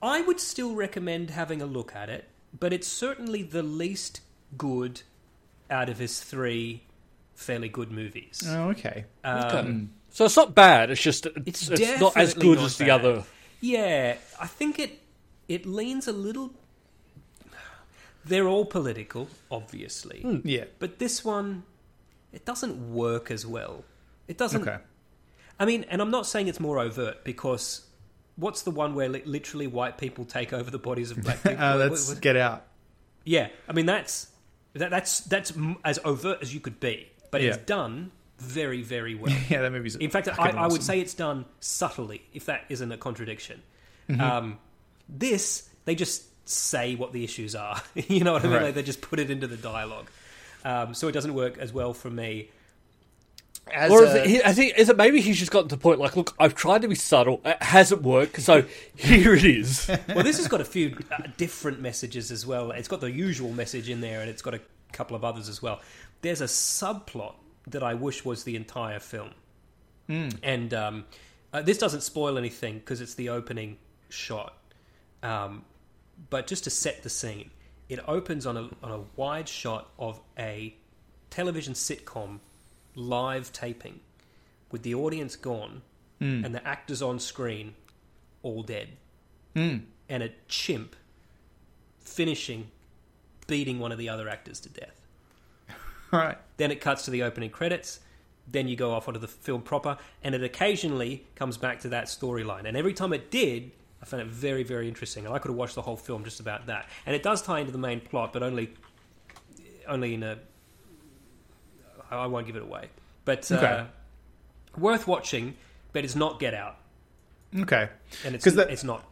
S3: I would still recommend having a look at it, but it's certainly the least good out of his three fairly good movies.
S2: Oh, okay.
S1: Okay. So it's not bad. It's just
S3: Um, It's
S1: it's, it's, not as
S3: definitely
S1: good
S3: not
S1: as the
S3: bad.
S1: other.
S3: Yeah, I think it it leans a little. They're all political, obviously,
S2: Yeah.
S3: but this one it doesn't work as well. It doesn't.
S2: Okay.
S3: I mean, and I'm not saying it's more overt because what's the one where li- literally white people take over the bodies of black people?
S2: Uh,
S3: What-
S2: let's
S3: what-
S2: get out.
S3: Yeah, I mean that's that, that's that's m- as overt as you could be, but it's
S2: Yeah.
S3: done very very well.
S2: Yeah, that movie's.
S3: In fact, I,
S2: fucking
S3: I would
S2: awesome.
S3: say it's done subtly, if that isn't a contradiction.
S2: Mm-hmm.
S3: Um, this they just say what the issues are. you know what I mean?
S2: Right.
S3: Like they just put it into the dialogue, um, so it doesn't work as well for me. As
S1: Or is
S3: a-
S1: it, he, I think is it maybe he's just gotten to the point like, look, I've tried to be subtle, it hasn't worked, so here it is.
S3: well, this has got a few uh, different messages as well. It's got the usual message in there, and it's got a couple of others as well. There's a subplot that I wish was the entire film, and um, uh, this doesn't spoil anything because it's the opening shot. Um, but just to set the scene, it opens on a on a wide shot of a television sitcom live taping, with the audience gone and the actors on screen all dead and a chimp finishing beating one of the other actors to death.
S2: All right.
S3: Then it cuts to the opening credits. Then you go off onto the film proper, and it occasionally comes back to that storyline. And every time it did, I found it very, very interesting. And I could have watched the whole film just about that. And it does tie into the main plot, but only, only in a. I I won't give it away, but uh,
S2: Okay.
S3: worth watching. But it's not Get Out,
S2: Okay.
S3: and it's
S2: 'Cause that-
S3: it's not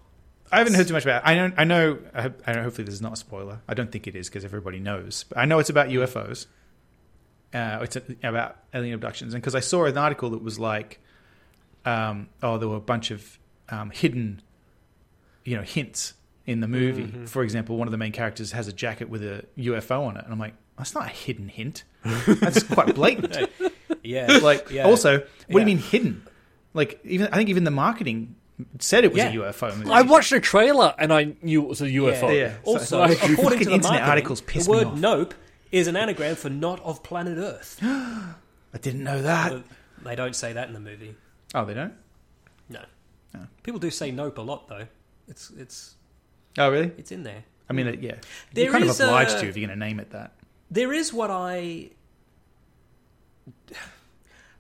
S2: I haven't heard too much about. It. I don't. I know. I, hope- I know. Hopefully, this is not a spoiler. I don't think it is because everybody knows. But I know it's about UFOs. Uh, it's about alien abductions, and because I saw an article that was like, um, oh, there were a bunch of um, hidden, you know, hints in the movie.
S3: Mm-hmm.
S2: For example, one of the main characters has a jacket with a UFO on it, and I'm like, that's not a hidden hint. That's quite blatant.
S3: yeah.
S2: Like,
S3: yeah.
S2: also, what do
S3: Yeah.
S2: you mean hidden? Like, even I think even the marketing said it was
S3: Yeah.
S2: a UFO movie.
S1: I watched a trailer and I knew it was a UFO.
S2: Yeah. Yeah.
S3: Also,
S2: Sorry. You
S3: according
S2: fucking
S3: to the
S2: internet
S3: marketing,
S2: articles piss
S3: the word
S2: me off.
S3: "nope" is an anagram for "not of planet Earth."
S2: I didn't know that.
S3: But they don't say that in the movie.
S2: Oh, they don't.
S3: No. People do say "nope" a lot, though. It's it's
S2: Oh, really?
S3: it's in there.
S2: I mean, it- yeah.
S3: There
S2: You're kind of
S3: is
S2: obliged
S3: a-
S2: to if you're going to name it that.
S3: There is what I.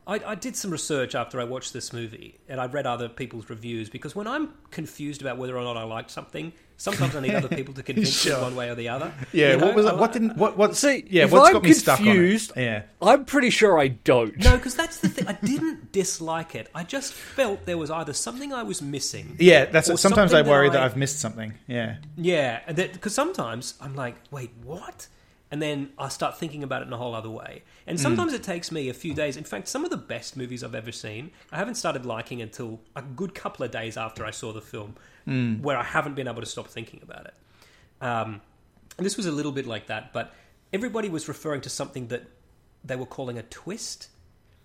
S3: I, I did some research after I watched this movie, and I read other people's reviews because when I'm confused about whether or not I liked something, sometimes I need other people to convince
S2: Sure.
S3: me one way or the other.
S2: Yeah.
S3: You know,
S2: what was
S3: I
S2: it? What
S3: li-
S2: didn't? What? What?
S1: See,
S2: yeah.
S1: if
S2: What's
S1: I'm
S2: got me stuck on it?
S1: confused-
S2: Yeah.
S1: I'm pretty sure I don't.
S3: No, because that's the thing. I didn't dislike it. I just felt there was either something I was missing.
S2: Yeah. That's
S3: Or
S2: it. Sometimes I
S3: something
S2: worry
S3: that
S2: that
S3: I-
S2: I've missed something. Yeah.
S3: Yeah, because sometimes I'm like, wait, what? And then I start thinking about it in a whole other way. And sometimes it takes me a few days. In fact, some of the best movies I've ever seen, I haven't started liking until a good couple of days after I saw the film, where I haven't been able to stop thinking about it. Um, and this was a little bit like that, but everybody was referring to something that they were calling a twist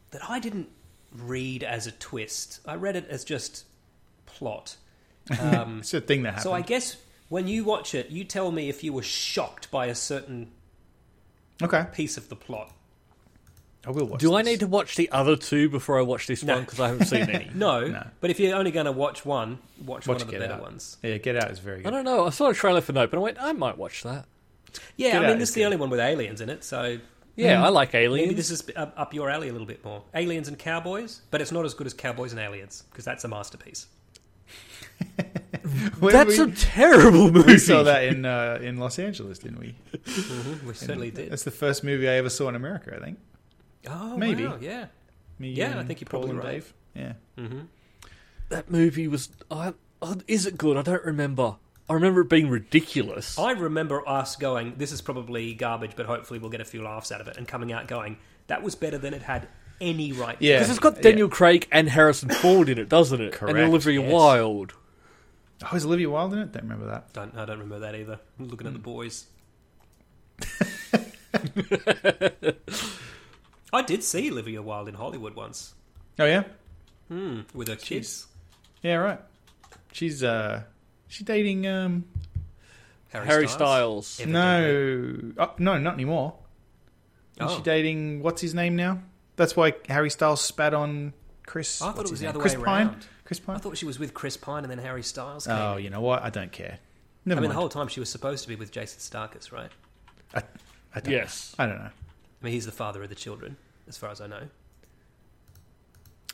S3: that I didn't read as a twist. I read it as just plot.
S2: It's a thing that happens.
S3: Hmm. So I guess when you watch it, you tell me if you were shocked by a certain
S2: okay.
S3: piece of the plot.
S2: I will watch.
S1: Do I
S2: this.
S1: need to watch the other two before I watch this
S3: No.
S1: one? Because I haven't seen any.
S3: No, but if you're only going to watch one, watch, one
S2: Watch
S3: of the
S2: Get
S3: better
S2: Out.
S3: ones.
S2: Yeah, Get Out is very
S1: I
S2: good.
S1: don't know. I saw a trailer for Nope and I went, I might watch that.
S3: Yeah,
S2: Get
S3: I
S2: Out
S3: mean, this
S2: is
S3: is the
S2: good.
S3: only one with aliens in it, so
S1: Yeah, I like Aliens.
S3: Mm. maybe this is up up your alley a little bit more. Aliens and Cowboys, but it's not as good as Cowboys and Aliens because that's a masterpiece.
S2: When
S1: That's
S2: we,
S1: a terrible movie.
S2: we saw that in uh, in Los Angeles, didn't we? Mm-hmm.
S3: We certainly did.
S2: That's the first movie I ever saw in America. I think.
S3: Oh,
S2: Maybe.
S3: wow, yeah.
S2: Me,
S3: Yeah,
S2: you,
S3: I
S2: and
S3: think you're
S2: Paul
S3: probably
S2: and
S3: right.
S2: Dave. Yeah.
S1: That movie was. I, I- is it good? I don't remember. I remember it being ridiculous.
S2: Oh,
S3: I remember us going, "This is probably garbage, but hopefully we'll get a few laughs out of it," and coming out going, "That was better than it had any right." to
S2: Yeah.
S1: Because it's got Daniel Craig and Harrison Ford in it, doesn't it?
S2: Correct,
S1: And Olivia
S2: yes.
S1: Wilde.
S2: Oh, is Olivia Wilde in it? Don't remember that.
S3: Don't I don't remember that either. I'm looking at the boys. I did see Olivia Wilde in Hollywood once Hmm,
S2: Oh yeah.
S3: with her kids,
S2: Yeah. Right. She's uh, she dating um.
S1: Harry Styles.
S3: Evidently.
S2: No. Oh, no, not anymore. Is
S3: Oh.
S2: she dating what's his name now? That's why Harry Styles spat on Chris.
S3: I thought
S2: what's
S3: it was
S2: his
S3: the
S2: name?
S3: other
S2: Chris
S3: way
S2: Pine.
S3: around.
S2: Chris
S3: I
S2: Pine.
S3: thought she was with Chris Pine, and then Harry Styles. Came.
S2: Oh, you know what? I don't care. Never
S3: I mean, the
S2: mind.
S3: whole time she was supposed to be with Jason Starkus, right?
S2: I, I don't
S1: Yes.
S2: Know. I don't know.
S3: I mean, he's the father of the children, as far as I know.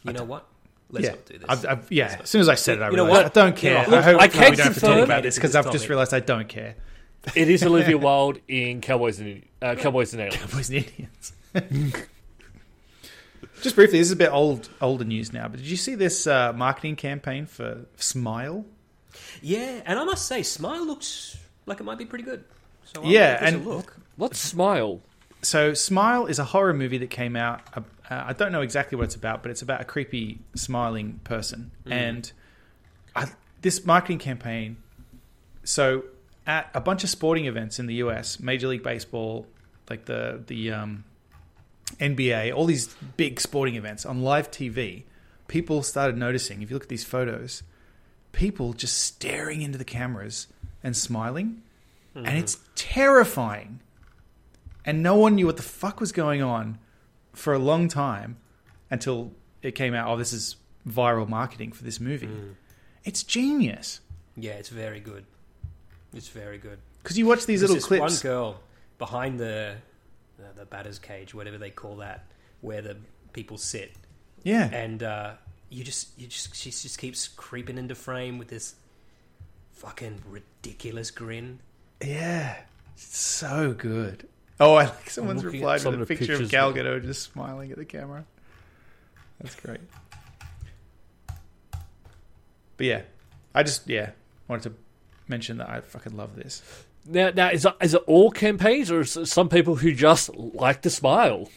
S3: You know what? Let's
S2: yeah.
S3: not do this.
S2: I've, I've, yeah. As soon as I said it, I
S3: You know
S2: realized
S3: what?
S2: I don't care.
S3: Yeah, look,
S2: I hope
S1: I
S2: we
S1: can't
S2: don't have to
S1: confirm-
S2: talk about this because I've just
S3: Topic.
S2: realized I don't care.
S1: It is Olivia Wilde in Cowboys and uh, Cowboys and Aliens.
S2: Cowboys and Indians. just briefly, this is a bit old, older news now. But did you see this uh, marketing campaign for Smile?
S3: yeah, and I must say, Smile looks like it might be pretty good. So I'll
S2: Yeah,
S3: give this a
S2: and-
S3: look.
S1: What smile?
S2: So, Smile is a horror movie that came out. Uh, uh, I don't know exactly what it's about, but it's about a creepy, smiling person. And I, this marketing campaign. So, at a bunch of sporting events in the US, Major League Baseball, like the the um, NBA, all these big sporting events on live TV, people started noticing. If you look at these photos, people just staring into the cameras and smiling, and it's terrifying and no one knew what the fuck was going on for a long time until it came out oh this is viral marketing for this movie
S1: Hmm.
S2: it's genius
S3: Yeah, it's very good. It's very good.
S2: because you watch these
S3: There's
S2: little
S3: this
S2: clips
S3: One girl behind the uh, the batter's cage, whatever they call that, where the people sit,
S2: yeah
S3: and uh, you just you just she just keeps creeping into frame with this fucking ridiculous grin.
S2: yeah it's so good oh i like someone's
S1: looking at
S2: replied
S1: some
S2: with a
S1: of the
S2: picture of
S1: pictures
S2: gal gadot just smiling at the camera that's great but yeah i just yeah wanted to mention that i fucking love this
S1: Now, now is, it, is it all campaigns or is it some people who just like to smile?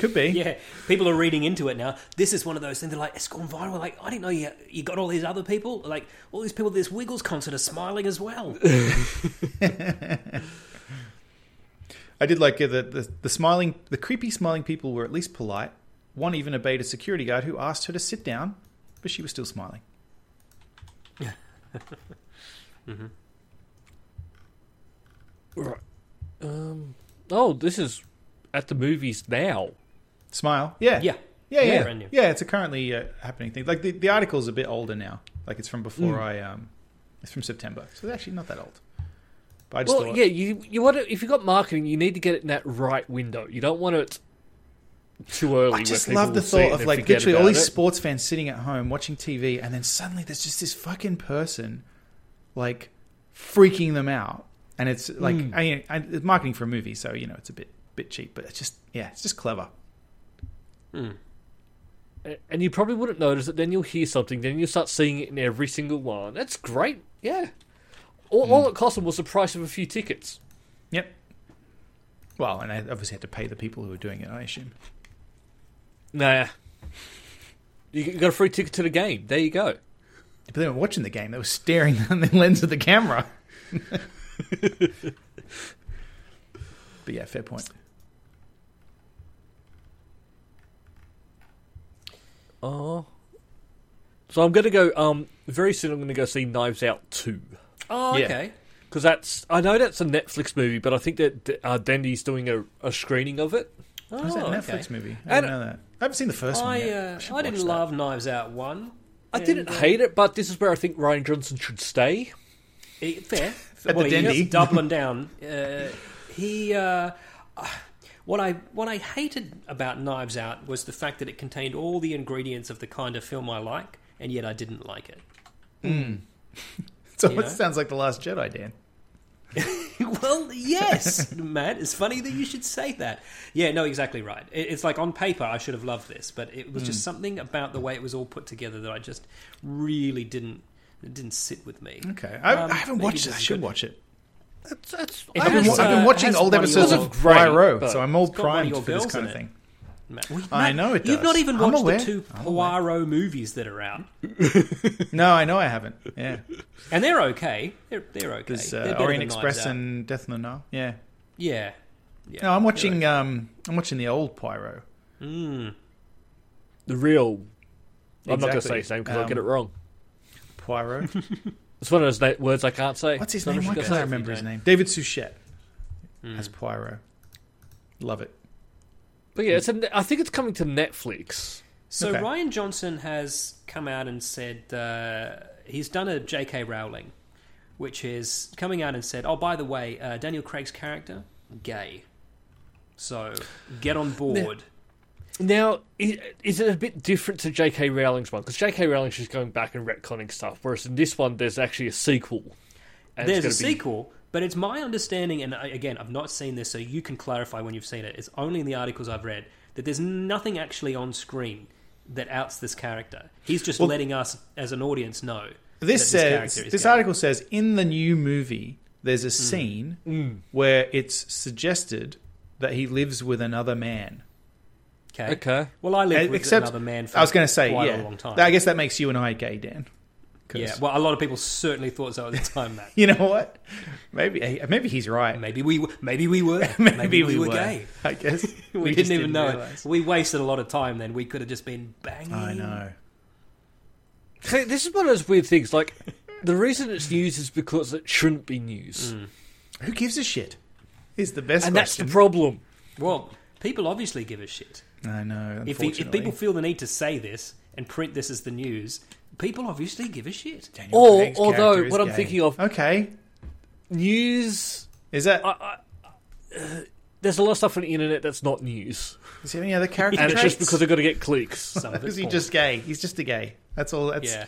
S2: could be
S3: Yeah, people are reading into it now. This is one of those things. They're like, it's gone viral. Like, I didn't know you you got all these other people. Like, all these people at this Wiggles concert are smiling as well.
S2: I did like it that the, the smiling, the creepy smiling people were at least polite. One even obeyed a security guard who asked her to sit down, but she was still smiling.
S1: Right. Um, oh, this is at the movies now.
S2: Smile, yeah,
S3: yeah,
S2: yeah, yeah,
S3: Brand
S2: yeah.
S3: new.
S2: it's a currently uh, happening thing. Like the, the article's a bit older now. Like it's from before I, um, it's from September, so it's actually not that old. But I just
S1: Well,
S2: thought,
S1: yeah, you you want to, if you've got marketing, you need to get it in that right window. You don't want it too early.
S2: I just
S1: where people
S2: love the
S1: will see it
S2: thought
S1: and
S2: of
S1: then
S2: like
S1: forget
S2: literally all
S1: about
S2: these
S1: it.
S2: sports fans sitting at home watching TV, and then suddenly there's just this fucking person, like, freaking them out. And it's like,
S1: Hmm.
S2: I mean, I, it's marketing for a movie, so you know it's a bit bit cheap, but it's just yeah, it's just clever.
S1: A- and you probably wouldn't notice it. Then you'll hear something. Then you'll start seeing it in every single one. That's great. Yeah. All,
S2: Hmm.
S1: all it cost them was the price of a few tickets.
S2: Yep. Well, and I obviously had to pay the people who were doing it. I assume.
S1: Nah. You g- got a free ticket to the game. There you go.
S2: But they were watching the game; they were staring on the lens of the camera. but yeah, fair point.
S1: Oh. So I'm going to go. Um, very soon I'm going to go see Knives Out two
S3: Oh,
S2: Yeah.
S3: okay.
S1: because that's I know that's a Netflix movie, but I think that uh, Dandy's doing a, a screening of it.
S3: Oh,
S2: It was that
S3: okay.
S2: Netflix movie? I didn't
S1: And-
S2: know that. I haven't seen the first one
S3: I,
S2: yet.
S3: uh,
S2: should
S3: I,
S2: watch
S3: didn't
S2: that.
S3: love Knives Out 1.
S1: I didn't
S2: uh,
S1: hate it, but this is where I think Ryan Johnson should stay.
S3: Eh, fair.
S2: At
S3: well,
S2: the
S3: he is
S2: Dendy.
S3: doubling down. Uh, he. Uh, what I what I hated about Knives Out was the fact that it contained all the ingredients of the kind of film I like, and yet I didn't like it.
S2: So
S3: you
S2: it
S3: know?
S2: sounds like the Last Jedi, Dan.
S3: well, yes, Matt. It's funny that you should say that. Yeah, no, exactly right. It, it's like on paper, I should have loved this, but it was
S2: Hmm.
S3: just something about the way it was all put together that I just really didn't it didn't sit with me.
S2: Okay, I,
S3: Um,
S2: I haven't
S3: maybe
S2: watched it.
S3: this
S2: I
S3: is
S2: should
S3: good.
S2: watch it.
S1: That's, that's,
S3: It
S1: I
S2: I've been,
S3: has,
S2: wa- I've been
S3: uh,
S2: watching
S3: has
S2: old
S3: one of
S2: episodes
S1: your-
S2: of
S1: Great,
S2: Pyro,
S1: but-
S2: so I'm all
S3: got one of
S2: primed
S3: your
S2: for this
S3: girls
S2: kind of
S3: in it.
S2: thing.
S3: Matt,
S2: I know it
S3: You've
S2: does.
S3: not even
S2: I'm
S3: watched
S2: aware.
S3: the two
S2: I'm aware.
S3: Poirot movies that are out,
S2: No, I know I haven't. Yeah,
S3: and they're okay. They're they're okay.
S2: there's
S3: They're
S2: uh,
S3: better
S2: Orient
S3: than Knives
S2: Express
S3: Out.
S2: and Death in the Nile. Yeah,
S3: yeah. yeah.
S2: no, I'm watching. Um, I'm watching the old Pyro.
S1: the real. I'm not going to say
S2: Exactly.
S1: his name because I'll
S2: Um,
S1: get it wrong.
S2: Poirot.
S1: It's one of those na- words I can't say.
S2: What's his
S1: So I'm
S2: name?
S1: just
S2: Why
S1: gonna
S2: can't I
S1: say-
S2: remember his
S3: don't.
S2: name? David Suchet as
S3: Hmm.
S2: Poirot. Love it.
S1: But yeah, it's a, I think it's coming to Netflix.
S3: So
S2: Okay.
S3: Ryan Johnson has come out and said uh, he's done a J.K. Rowling, which is coming out and said, "Oh, by the way, uh, Daniel Craig's character gay, so get on board."
S1: Now, is, is it a bit different to J.K. Rowling's one? Because J.K. Rowling she's going back and retconning stuff, whereas in this one there's actually a sequel. And it's
S3: There's a
S1: gonna be-
S3: sequel, but it's my understanding, and I- again, I've not seen this, so you can clarify when you've seen it. It's only in the articles I've read that there's nothing actually on screen that outs this character. He's just letting us, as an audience, know.
S2: This
S3: that this
S2: says
S3: character
S2: this,
S3: is gay. Hmm.
S2: article says in the new movie there's a scene where it's suggested that he lives with another man.
S3: Okay.
S1: Okay.
S3: Well, I lived with
S2: Except
S3: another man for
S2: I was going to say
S3: quite
S2: yeah.
S3: a long time.
S2: I guess that makes you and I gay, Dan. 'Cause-
S3: yeah. Well, a lot of people certainly thought so at the time. That
S2: you know what? Maybe eh, maybe he's right.
S3: maybe we were- maybe we were
S2: Maybe,
S3: we, were, gay.
S2: I guess
S3: We,
S2: just
S3: didn't even know
S2: realize.
S3: it. We wasted a lot of time. Then we could have just been banging.
S2: I know.
S1: See, this is one of those weird things. Like, the reason it's news is because it shouldn't be news,
S2: Mm. Who gives a shit? Is the best
S1: and that's the
S2: question.
S1: problem.
S3: Well, people obviously give a shit.
S2: I know.
S3: If, he,
S2: Unfortunately,
S3: if people feel the need to say this and print this as the news, people obviously give a shit.
S2: Daniel
S1: Or-
S2: Craig's
S1: although,
S2: character is
S1: what I'm
S2: gay.
S1: thinking of-
S2: Okay,
S1: News.
S2: is that is
S1: There's a lot of stuff on the internet that's not news,
S2: there any other character?
S1: and it's just
S2: traits?
S1: because they've got to get clicks.
S3: Some of
S2: Is
S3: it's
S2: he
S3: porn.
S2: just gay? He's just a gay. That's all. That's
S3: yeah.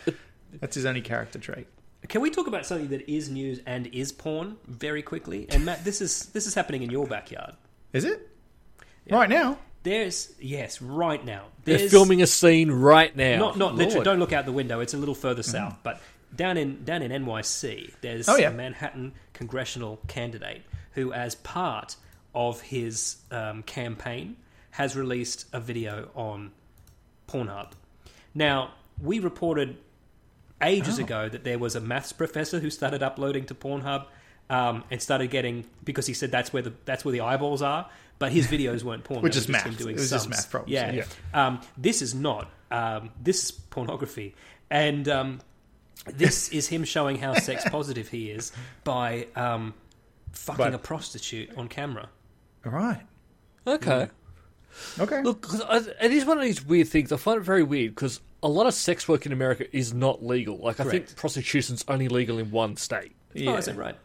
S2: that's his only character trait.
S3: Can we talk about something that is news and is porn very quickly? And Matt, this is this is happening in your backyard.
S2: Is it? Right now,
S3: There's yes, right now.
S1: They're
S3: There's,
S1: filming a scene right now.
S3: Not not literally.
S1: Lord.
S3: Don't look out the window. It's a little further south, but down in down in NYC, there's
S2: Mm-hmm. Oh, yeah.
S3: a Manhattan congressional candidate who, as part of his um, campaign, has released a video on Pornhub. Now we reported ages
S2: Oh.
S3: ago that there was a maths professor who started uploading to Pornhub um, and started getting because he said that's where the that's where the eyeballs are. But his videos weren't porn;
S2: Which
S3: they
S2: is
S3: were just him
S2: math.
S3: Doing
S2: It was just
S3: sums.
S2: math problems,
S3: Yeah,
S1: yeah.
S3: Um, this is not. Um, this is pornography, and um, this is him showing how sex positive he is by um, fucking
S2: But-
S3: a prostitute on camera.
S2: all right,
S1: Okay.
S2: okay.
S1: Look, 'cause I, it is one of these weird things. I find it very weird because a lot of sex work in America is not legal. Like, I
S3: Correct.
S1: think prostitution's only legal in one state.
S2: yeah.
S3: Oh, is that right?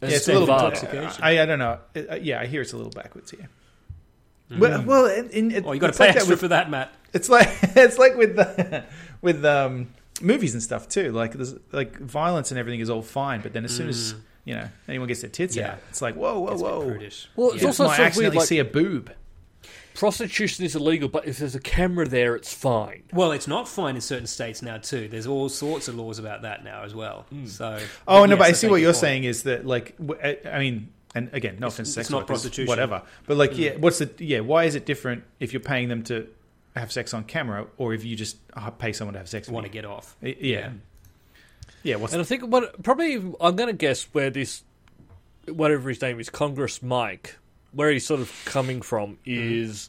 S2: Yeah, it's a little intoxication. I, I don't know. Uh, uh, yeah, I hear it's a little backwards here. Well, well, in, in, it,
S3: Oh, you got to
S2: it's
S3: pay
S2: like that
S3: extra
S2: with-
S3: for that, Matt.
S2: It's like it's like with the, with um, movies and stuff too. Like there's like violence and everything is all fine, but then as soon as you know anyone gets their tits
S3: Mm. Yeah.
S2: out, it's like whoa, whoa,
S3: It's a bit
S2: whoa.
S3: prudish.
S1: Well, it's
S2: You
S1: also
S2: might
S1: so
S2: accidentally
S1: weird. Like,
S2: see a boob.
S1: prostitution is illegal, but if there's a camera there, it's fine.
S3: Well, it's not fine in certain states now too. There's all sorts of laws about that now as well. So,
S2: Oh no,
S3: yes,
S2: but I see
S3: take
S2: what
S3: your
S2: you're
S3: point.
S2: saying is that like w- I I mean, and again, no offense, to sex
S3: it's not
S2: workers,
S3: prostitution. Mm.
S2: whatever. But like, yeah, what's the yeah? Why is it different if you're paying them to have sex on camera or if you just uh, pay someone to have sex? with
S3: Want to
S2: you?
S3: get off?
S2: Y- yeah, yeah. What's
S1: And I think what probably I'm going to guess where this whatever his name is, Congress Mike where he's sort of coming from
S2: Mm-hmm.
S1: is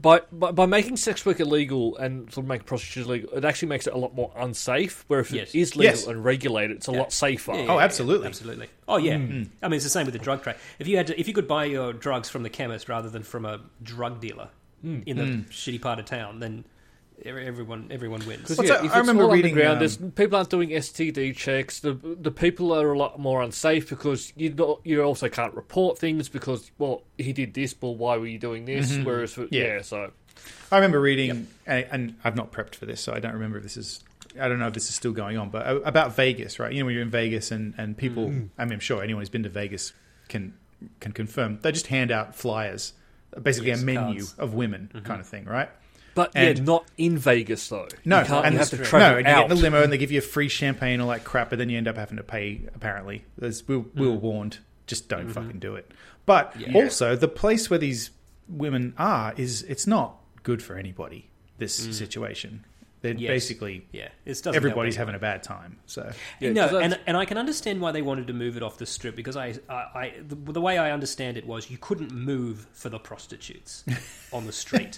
S1: by, by by making sex work illegal and sort of making prostitution illegal, it actually makes it a lot more unsafe. Where if
S3: Yes.
S1: it is legal
S2: Yes.
S1: and regulated, it's a lot safer.
S3: Yeah,
S2: Oh,
S3: yeah,
S2: absolutely. Hmm.
S3: absolutely. Oh, yeah. I mean, it's the same with the drug trade. If you had, to, if you could buy your drugs from the chemist rather than from a drug dealer
S2: Hmm.
S3: in the shitty part of town, then ev- everyone everyone wins.
S2: What's
S1: yeah,
S2: that-
S1: if
S2: I
S1: it's
S2: remember
S1: all
S2: reading,
S1: underground,
S2: um,
S1: there's- people aren't doing STD checks. The the people are a lot more unsafe because you not, you also can't report things because well he did this, but why were you doing this? Whereas for, yeah.
S2: Mm-hmm. Yeah.
S1: so
S2: I remember reading, and, and I've not prepped for this, so I don't remember if this is. I don't know if this is still going on, but a- about Vegas, right? You know, when you're in Vegas and, and people,
S3: Mm.
S2: I mean, I'm sure anyone who's been to Vegas can can confirm. They just hand out flyers, basically
S3: Yes,
S2: a menu
S3: cards. Mm-hmm.
S2: of women, kind of thing, right?
S1: but yeah,
S2: And-
S1: not in Vegas though.
S2: No,
S1: you, can't,
S2: and
S1: you have to
S2: no,
S1: travel
S2: and you
S1: out.
S2: get in the limo and they give you free champagne, all that crap, but then you end up having to pay. Apparently, There's, we, we were warned. Just don't fucking do it. But also, the place where these women are is it's not good for anybody. This situation, they're
S3: Yes.
S2: basically
S3: yeah, it doesn't
S2: everybody's
S3: help
S2: having a bad time. So
S1: Yeah, 'cause
S3: no,
S1: that's-
S3: and, and I can understand why they wanted to move it off the strip because I, I, I the, the way I understand it was you couldn't move for the prostitutes on the street,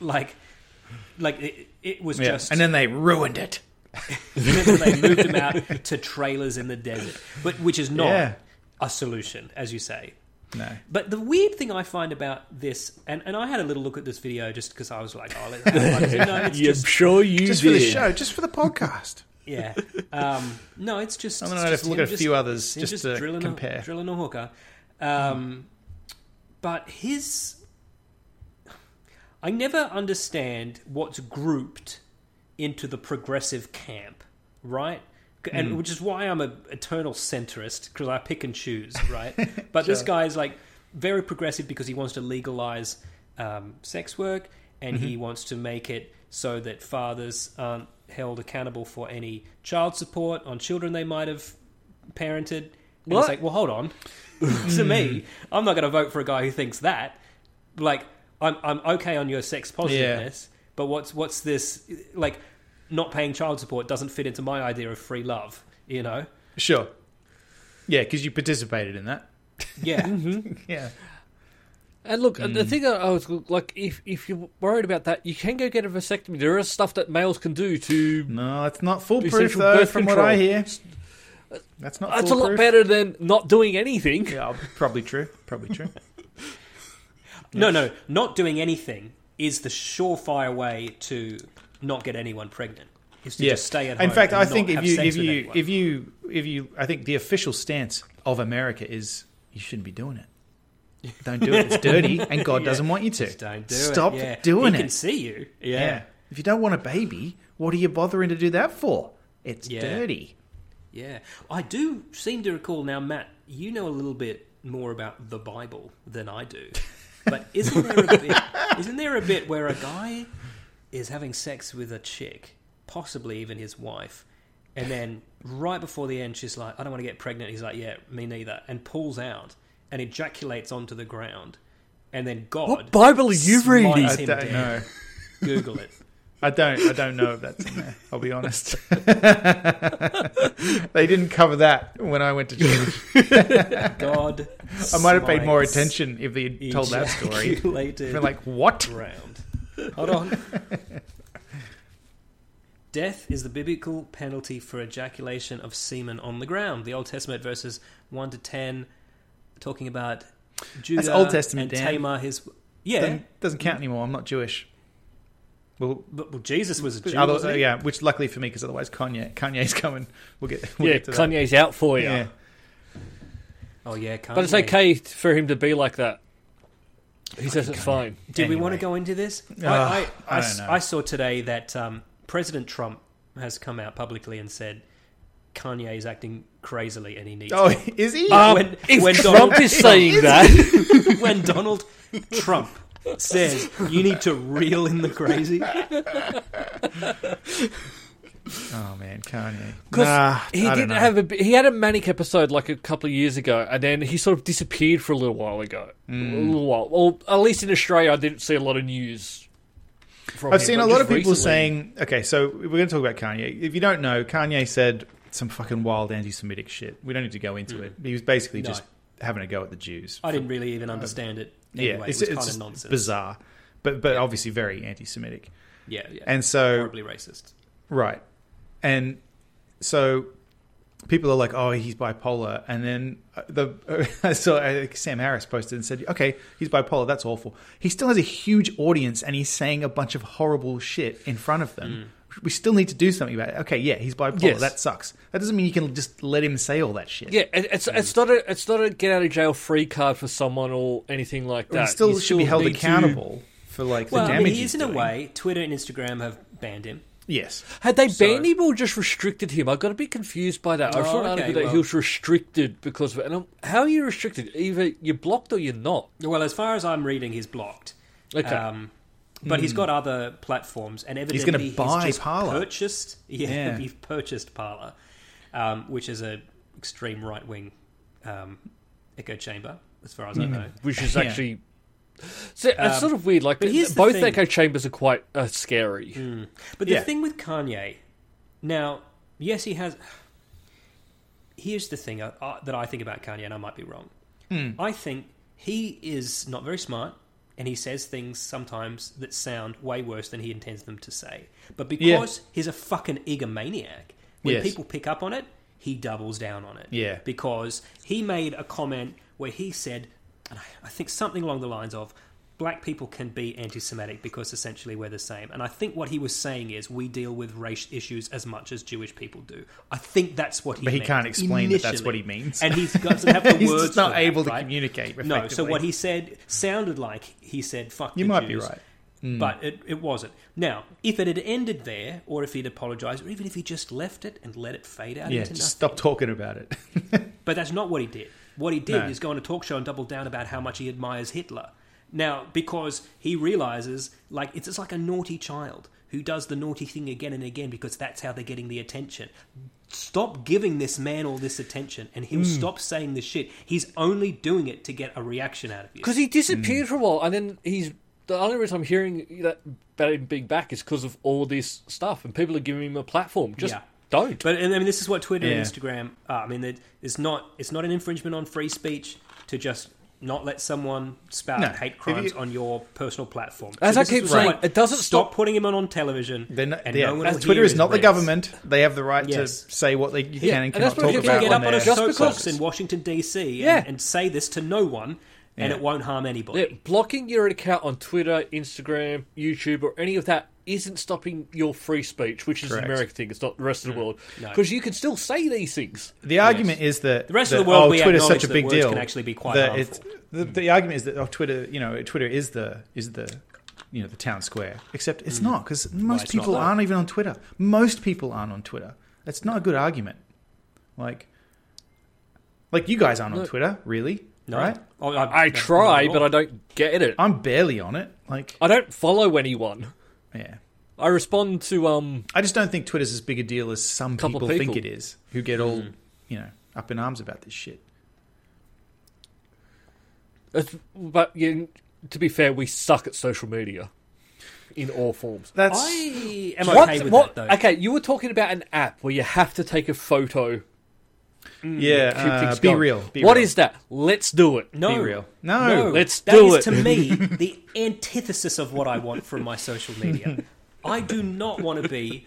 S3: like, like it, it was
S2: yeah.
S3: just,
S2: and then they ruined it.
S3: they moved them out to trailers in the desert, but which is not
S2: Yeah.
S3: a solution, as you say.
S2: No,
S3: But the weird thing I find about this, and, and I had a little look at this video just because I was like, oh, let's no, it's
S1: Yeah, I'm
S3: just
S1: sure you
S2: just
S1: did.
S2: for the show, just for the podcast.
S3: yeah. Um, no, it's just.
S2: I'm gonna
S3: it's
S2: have
S3: just
S2: to look
S3: him
S2: at a few others
S3: him
S2: just to
S3: drilling
S2: compare. Hmm.
S3: A, drilling a hooker, um, but his. I never understand what's grouped into the progressive camp, right? C-
S2: Hmm.
S3: And which is why I'm a eternal centrist because I pick and choose, right? But this guy is like very progressive because he wants to legalize um, sex work and he
S2: Mm-hmm.
S3: wants to make it so that fathers aren't held accountable for any child support on children they might have parented. And
S1: What?
S3: it's like, well, hold on. to me, I'm not going to vote for a guy who thinks that. Like, I'm I'm okay on your sex positiveness, but what's what's this? Like, not paying child support doesn't fit into my idea of free love. You know?
S2: Sure, yeah, because you participated in that.
S3: Yeah.
S2: Mm-hmm. Yeah,
S1: And look, the
S2: Mm.
S1: thing I I was like, if if you're worried about that, you can go get a vasectomy. There is stuff that males can do to.
S2: no, it's not
S1: Essential
S2: foolproof though.
S1: birth
S2: From what
S1: control.
S2: I hear, that's not.
S1: That's a lot
S2: foolproof.
S1: better than not doing anything.
S2: Yeah, probably true. Probably true.
S3: No, no, not doing anything is the surefire way to not get anyone pregnant. Is to just stay at home.
S2: In fact,
S3: and
S2: I
S3: not
S2: think if
S3: have
S2: you
S3: sex
S2: if
S3: with
S2: you
S3: anyone.
S2: if you if you I think the official stance of America is you shouldn't be doing it. Don't do it. It's dirty, and God doesn't want you to.
S3: Just don't do
S2: Stop
S3: it. Yeah.
S2: doing
S3: he
S2: it.
S3: can see you.
S2: yeah.
S3: Yeah,
S2: If you don't want a baby, what are you bothering to do that for? It's
S3: Yeah.
S2: dirty.
S3: yeah, I do seem to recall now, Matt. You know a little bit more about the Bible than I do, but isn't there a bit? Isn't there a bit where a guy is having sex with a chick, possibly even his wife, and then right before the end, she's like, "I don't want to get pregnant." He's like, "Yeah, me neither," and pulls out and ejaculates onto the ground, and then God.
S1: What Bible are you
S3: smites
S1: reading?
S2: I
S3: him
S2: don't
S3: down.
S2: know.
S3: Google it.
S2: I don't. I don't know if that's in there. I'll be honest. they didn't cover that when I went to church.
S3: God.
S2: I might have paid more
S3: smites
S2: attention if they had told that story.
S3: ejaculated
S2: Been like, what?
S3: ground. Hold on. Death is the biblical penalty for ejaculation of semen on the ground. The Old Testament verses one to ten, talking about Judah
S2: Old Testament,
S3: and
S2: Dan.
S3: Tamar. His yeah,
S2: Doesn't, doesn't count anymore. I'm not Jewish. Well,
S3: but well, Jesus was a Jew.
S2: other-
S3: wasn't he?
S2: yeah, which luckily for me, because otherwise Kanye Kanye's coming. We'll get we'll
S1: yeah,
S2: get to that.
S1: Kanye's out for you.
S2: Yeah,
S3: Oh yeah, can't
S1: But it's
S3: we?
S1: okay for him to be like that. He says it's fine.
S3: Do we want to
S2: Anyway.
S3: go into this?
S2: Ah,
S3: I, I,
S2: I
S3: I
S2: don't
S3: s-
S2: know.
S3: I saw today that um, President Trump has come out publicly and said Kanye is acting crazily and he needs.
S2: Oh,
S3: help.
S2: is he?
S1: Uh,
S3: when,
S1: If
S3: when
S1: Trump
S3: Donald,
S1: is saying that,
S3: when Donald Trump says you need to reel in the crazy,
S2: oh man, Kanye.
S1: 'Cause
S2: Nah,
S1: he
S2: I don't
S1: didn't
S2: know.
S1: have a bi- he had a manic episode like a couple of years ago, and then he sort of disappeared for a little while ago. A
S2: Hmm.
S1: little while, well, at least in Australia, I didn't see a lot of news. From
S2: I've
S1: him,
S2: seen
S1: but
S2: a lot
S1: just
S2: of people
S1: recently-
S2: saying, okay, so we're going to talk about Kanye. If you don't
S1: Hmm.
S2: know, Kanye said some fucking wild anti-Semitic shit. We don't need to go into it. He was basically
S3: No.
S2: just having a go at the Jews.
S3: I didn't really even understand it
S2: yeah,
S3: anyway.
S2: it's, it's
S3: it was kind of
S2: just
S3: nonsense.
S2: bizarre, but but obviously very anti-Semitic.
S3: Yeah, yeah.
S2: And so
S3: horribly racist.
S2: Right. And so people are like, oh, he's bipolar. And then uh, the uh, I saw uh, Sam Harris posted and said, okay, he's bipolar. That's awful. He still has a huge audience and he's saying a bunch of horrible shit in front of them.
S3: Mm.
S2: We still need to do something about it. Okay, yeah, he's bipolar.
S1: Yes.
S2: That sucks. That doesn't mean you can just let him say all that shit.
S1: Yeah, it, it's
S2: Hmm.
S1: it's not a it's not a get out of jail free card for someone or anything like that.
S2: he still
S1: You
S2: should be held
S1: need to-
S2: accountable for like
S3: Well,
S2: the
S3: I mean,
S2: damage.
S3: he is
S2: he's
S3: in a
S2: doing.
S3: way. Twitter and Instagram have banned him.
S2: Yes.
S1: Had they banned him or just restricted him? I got a bit confused by that. I
S3: Oh,
S1: saw an
S3: okay,
S1: article that
S3: well-
S1: he was restricted because of it. And I'm, how are you restricted? Either you're blocked or you're not.
S3: Well, as far as I'm reading, he's blocked.
S1: Okay.
S3: Um, but he's got other platforms, and evidently
S2: Hmm. gonna buy
S3: just
S2: Parler.
S3: Purchased, yeah,
S2: Yeah.
S3: he's purchased Parler, um, which is a extreme right wing um, echo chamber, as far
S2: Hmm.
S3: as I know.
S1: Which is
S2: Yeah.
S1: actually. So, it's sort of weird. Like
S3: Um, but here's the
S1: both
S3: thing. Mm.
S1: echo chambers are quite uh, scary.
S3: But the
S2: Yeah.
S3: thing with Kanye, now, yes, he has. Here's the thing uh, uh, that I think about Kanye, and I might be wrong.
S2: Hmm.
S3: I think he is not very smart, and he says things sometimes that sound way worse than he intends them to say. But because he's a fucking egomaniac, when
S2: Yes.
S3: people pick up on it, he doubles down on it.
S2: Yeah.
S3: Because he made a comment where he said, and I, I think something along the lines of, black people can be anti Semitic because essentially we're the same. And I think what he was saying is, we deal with race issues as much as Jewish people do. I think that's what he
S2: But he
S3: meant
S2: can't explain that that's
S3: initially.
S2: what he means.
S3: And he doesn't have the
S2: He's
S3: words.
S2: just not
S3: for that,
S2: able to
S3: right?
S2: communicate
S3: No, so
S2: effectively.
S3: what he said sounded like he said, fuck
S2: You
S3: the
S2: might be
S3: Jews," Mm.
S2: right.
S3: But it, it wasn't. Now, if it had ended there, or if he'd apologized, or even if he just left it and let it fade out
S2: Yeah,
S3: into
S2: just stop
S3: nothing.
S2: talking about it.
S3: But that's not what he did. What he did
S2: No.
S3: is go on a talk show and double down about how much he admires Hitler. Now, because he realizes, like, it's just like a naughty child who does the naughty thing again and again because that's how they're getting the attention. Stop giving this man all this attention and he'll stop saying this shit. He's only doing it to get a reaction out of you.
S1: Because he disappeared
S3: Mm.
S1: for a while, and then he's the only reason I'm hearing that about him being back is because of all this stuff, and people are giving him a platform. Just
S3: Yeah.
S1: don't.
S3: But and, I mean, this is what Twitter
S2: Yeah.
S3: and Instagram are. I mean, it- it's not it's not an infringement on free speech to just not let someone spout
S2: No. If
S3: hate crimes
S2: you-
S3: on your personal platform.
S1: As I
S3: this is
S1: keep
S3: why-
S1: saying, it doesn't
S3: stop,
S1: stop-
S3: putting him on on television.
S2: They're not,
S3: and
S2: yeah.
S3: no one
S2: As
S3: will
S2: Twitter
S3: hear
S2: is
S3: his
S2: not the
S3: rants.
S2: government. They have the right
S3: Yes.
S2: to say what they you
S1: Yeah,
S2: can and
S1: and
S2: cannot
S1: that's what
S2: talk
S1: you
S3: You
S1: can
S2: about.
S3: can get
S1: on
S3: up on a
S1: their-
S2: there.
S1: Just
S3: soapbox
S1: because-
S3: in Washington D.C.
S1: Yeah.
S3: And, and say this to no one, and
S2: Yeah.
S3: it won't harm anybody.
S1: Yeah, blocking your account on Twitter, Instagram, YouTube, or any of that isn't stopping your free speech, which is
S2: Correct.
S1: an American thing. It's not the rest
S3: Mm.
S1: of the world. Because you can still say these things.
S2: The argument is that the
S3: rest of
S2: that,
S3: the world,
S2: oh,
S3: we
S2: Twitter's
S3: acknowledge
S2: such a
S3: that
S2: big
S3: words
S2: deal.
S3: can actually be quite
S2: that
S3: harmful.
S2: it's- the, the argument is that oh, Twitter, you know, Twitter is the is the you know the town square. Except it's not because most
S3: Mm. it's not
S2: people
S3: that.
S2: aren't even on Twitter. Most people aren't on Twitter. That's not a good argument. Like, like you guys aren't on Twitter, really?
S3: No.
S2: Right?
S3: Oh,
S1: I
S3: no, not
S1: try,
S3: at all.
S1: but I don't get it.
S2: I'm barely on it. Like,
S1: I don't follow anyone.
S2: yeah.
S1: I respond to um.
S2: I just don't think Twitter's as big a deal as some
S1: Couple
S2: people, think it
S1: people. Hmm.
S2: is, who get all you know up in arms about this shit.
S1: it's- But you, to be fair, we suck at social media in all forms.
S2: That's
S3: I am
S1: What-
S3: okay with
S1: what-
S3: that though.
S1: Okay, you were talking about an app where you have to take a photo.
S2: yeah.
S1: Hmm. keep
S2: uh,
S1: things
S2: be
S1: going.
S2: real. Be
S1: What
S2: real.
S1: is that? Let's do it.
S3: No,
S2: Be real. No.
S1: Let's
S3: That
S1: do
S3: is,
S1: it.
S3: to me the antithesis of what I want from my social media. I do not want to be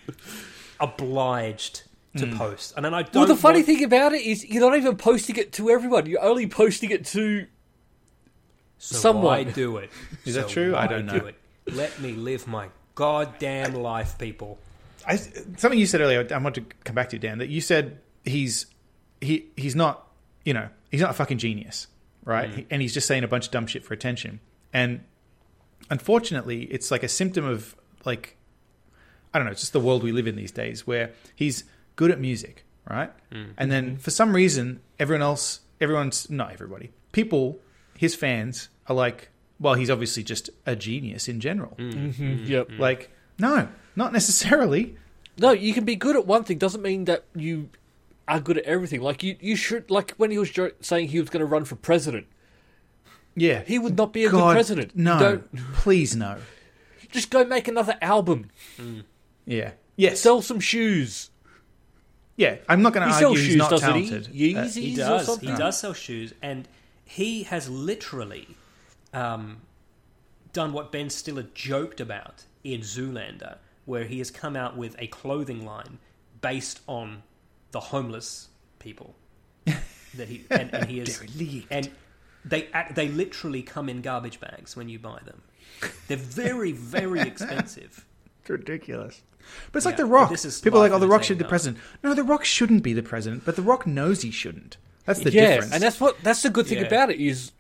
S3: obliged to
S2: Hmm.
S3: post, and then I don't.
S1: Well, the funny
S3: want-
S1: thing about it is you're not even posting it to everyone. You're only posting it to
S3: so
S1: someone-
S3: why do it?
S2: Is that
S3: So
S2: true? I
S3: why
S2: don't
S3: do
S2: know.
S3: it? Let me live my goddamn life, people.
S2: I, something you said earlier. I want to come back to Dan. That you said he's he he's not you know he's not a fucking genius, right? And he's just saying a bunch of dumb shit for attention. And unfortunately, it's like a symptom of like I don't know, it's just the world we live in these days where he's good at music, right? And then for some reason, everyone else, everyone's not everybody, people, his fans are like, well, he's obviously just a genius in general.
S3: Mm-hmm.
S1: Yep.
S2: Like, no, not necessarily.
S1: No, you can be good at one thing doesn't mean that you are good at everything. Like you, you should like when he was jo- saying he was going to run for president.
S2: Yeah.
S1: He would not be a good president.
S2: No,
S1: Don't-
S2: please no.
S1: Just go make another album,
S2: Yeah. Yes.
S1: sell some shoes.
S2: yeah. I'm not going
S1: He
S2: to
S1: sells
S2: argue he's
S1: shoes,
S2: not
S1: doesn't
S2: talented.
S1: he?
S2: Uh,
S1: Yeezys
S3: He
S1: or
S3: does.
S1: something.
S3: He does sell shoes, and He has literally um, done what Ben Stiller joked about in Zoolander, where he has come out with a clothing line based on the homeless people that he and, and he is and they act, they literally come in garbage bags when you buy them. They're very very expensive.
S2: It's ridiculous. But it's like
S3: Yeah,
S2: The Rock.
S3: but this is
S2: People are like,
S3: life
S2: oh, The
S3: in
S2: Rock
S3: its
S2: should be
S3: own
S2: the president. No, The Rock shouldn't be the president, but The Rock knows he shouldn't. That's the
S1: yeah,
S2: difference.
S1: and that's what that's the good thing
S3: Yeah.
S1: about it is.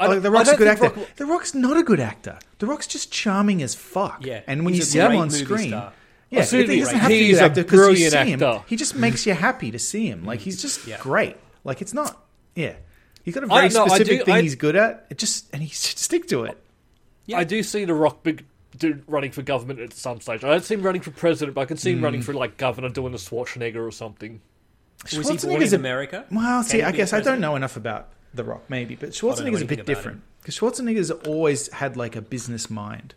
S1: I
S2: Oh,
S1: don't-
S2: like, the
S1: I
S2: Rock's a
S1: don't
S2: good
S1: think
S2: actor.
S1: Rock-
S2: the Rock's not a good actor. The Rock's just charming as fuck.
S3: Yeah,
S2: and when you
S3: he's a
S2: see him
S3: great
S2: on
S3: movie
S2: screen,
S3: star.
S2: yeah,
S1: Absolutely.
S2: he doesn't have
S1: He's a
S2: to be an actor because you
S1: brilliant
S2: see him.
S1: actor.
S2: He just makes you happy to see him. Like he's just
S3: Yeah.
S2: great. Like it's not. Yeah, he's got a
S1: I
S2: very
S1: don't know, I
S2: specific
S1: do-
S2: thing
S1: I-
S2: he's good at. It just and he should stick to it.
S3: Yeah.
S1: I do see The Rock big, do, running for government at some stage. I don't see him running for president, but I can see him
S2: Hmm.
S1: running for like governor, doing a Schwarzenegger or something.
S3: Was he born
S2: Schwarzenegger's
S3: in
S2: a-
S3: America?
S2: Well,
S3: Can
S2: see,
S3: he
S2: I
S3: be
S2: guess I don't
S3: president?
S2: know enough about The Rock, maybe, but
S3: don't know
S2: Schwarzenegger's a
S3: anything
S2: bit
S3: about
S2: different because Schwarzenegger's always had like a business mind.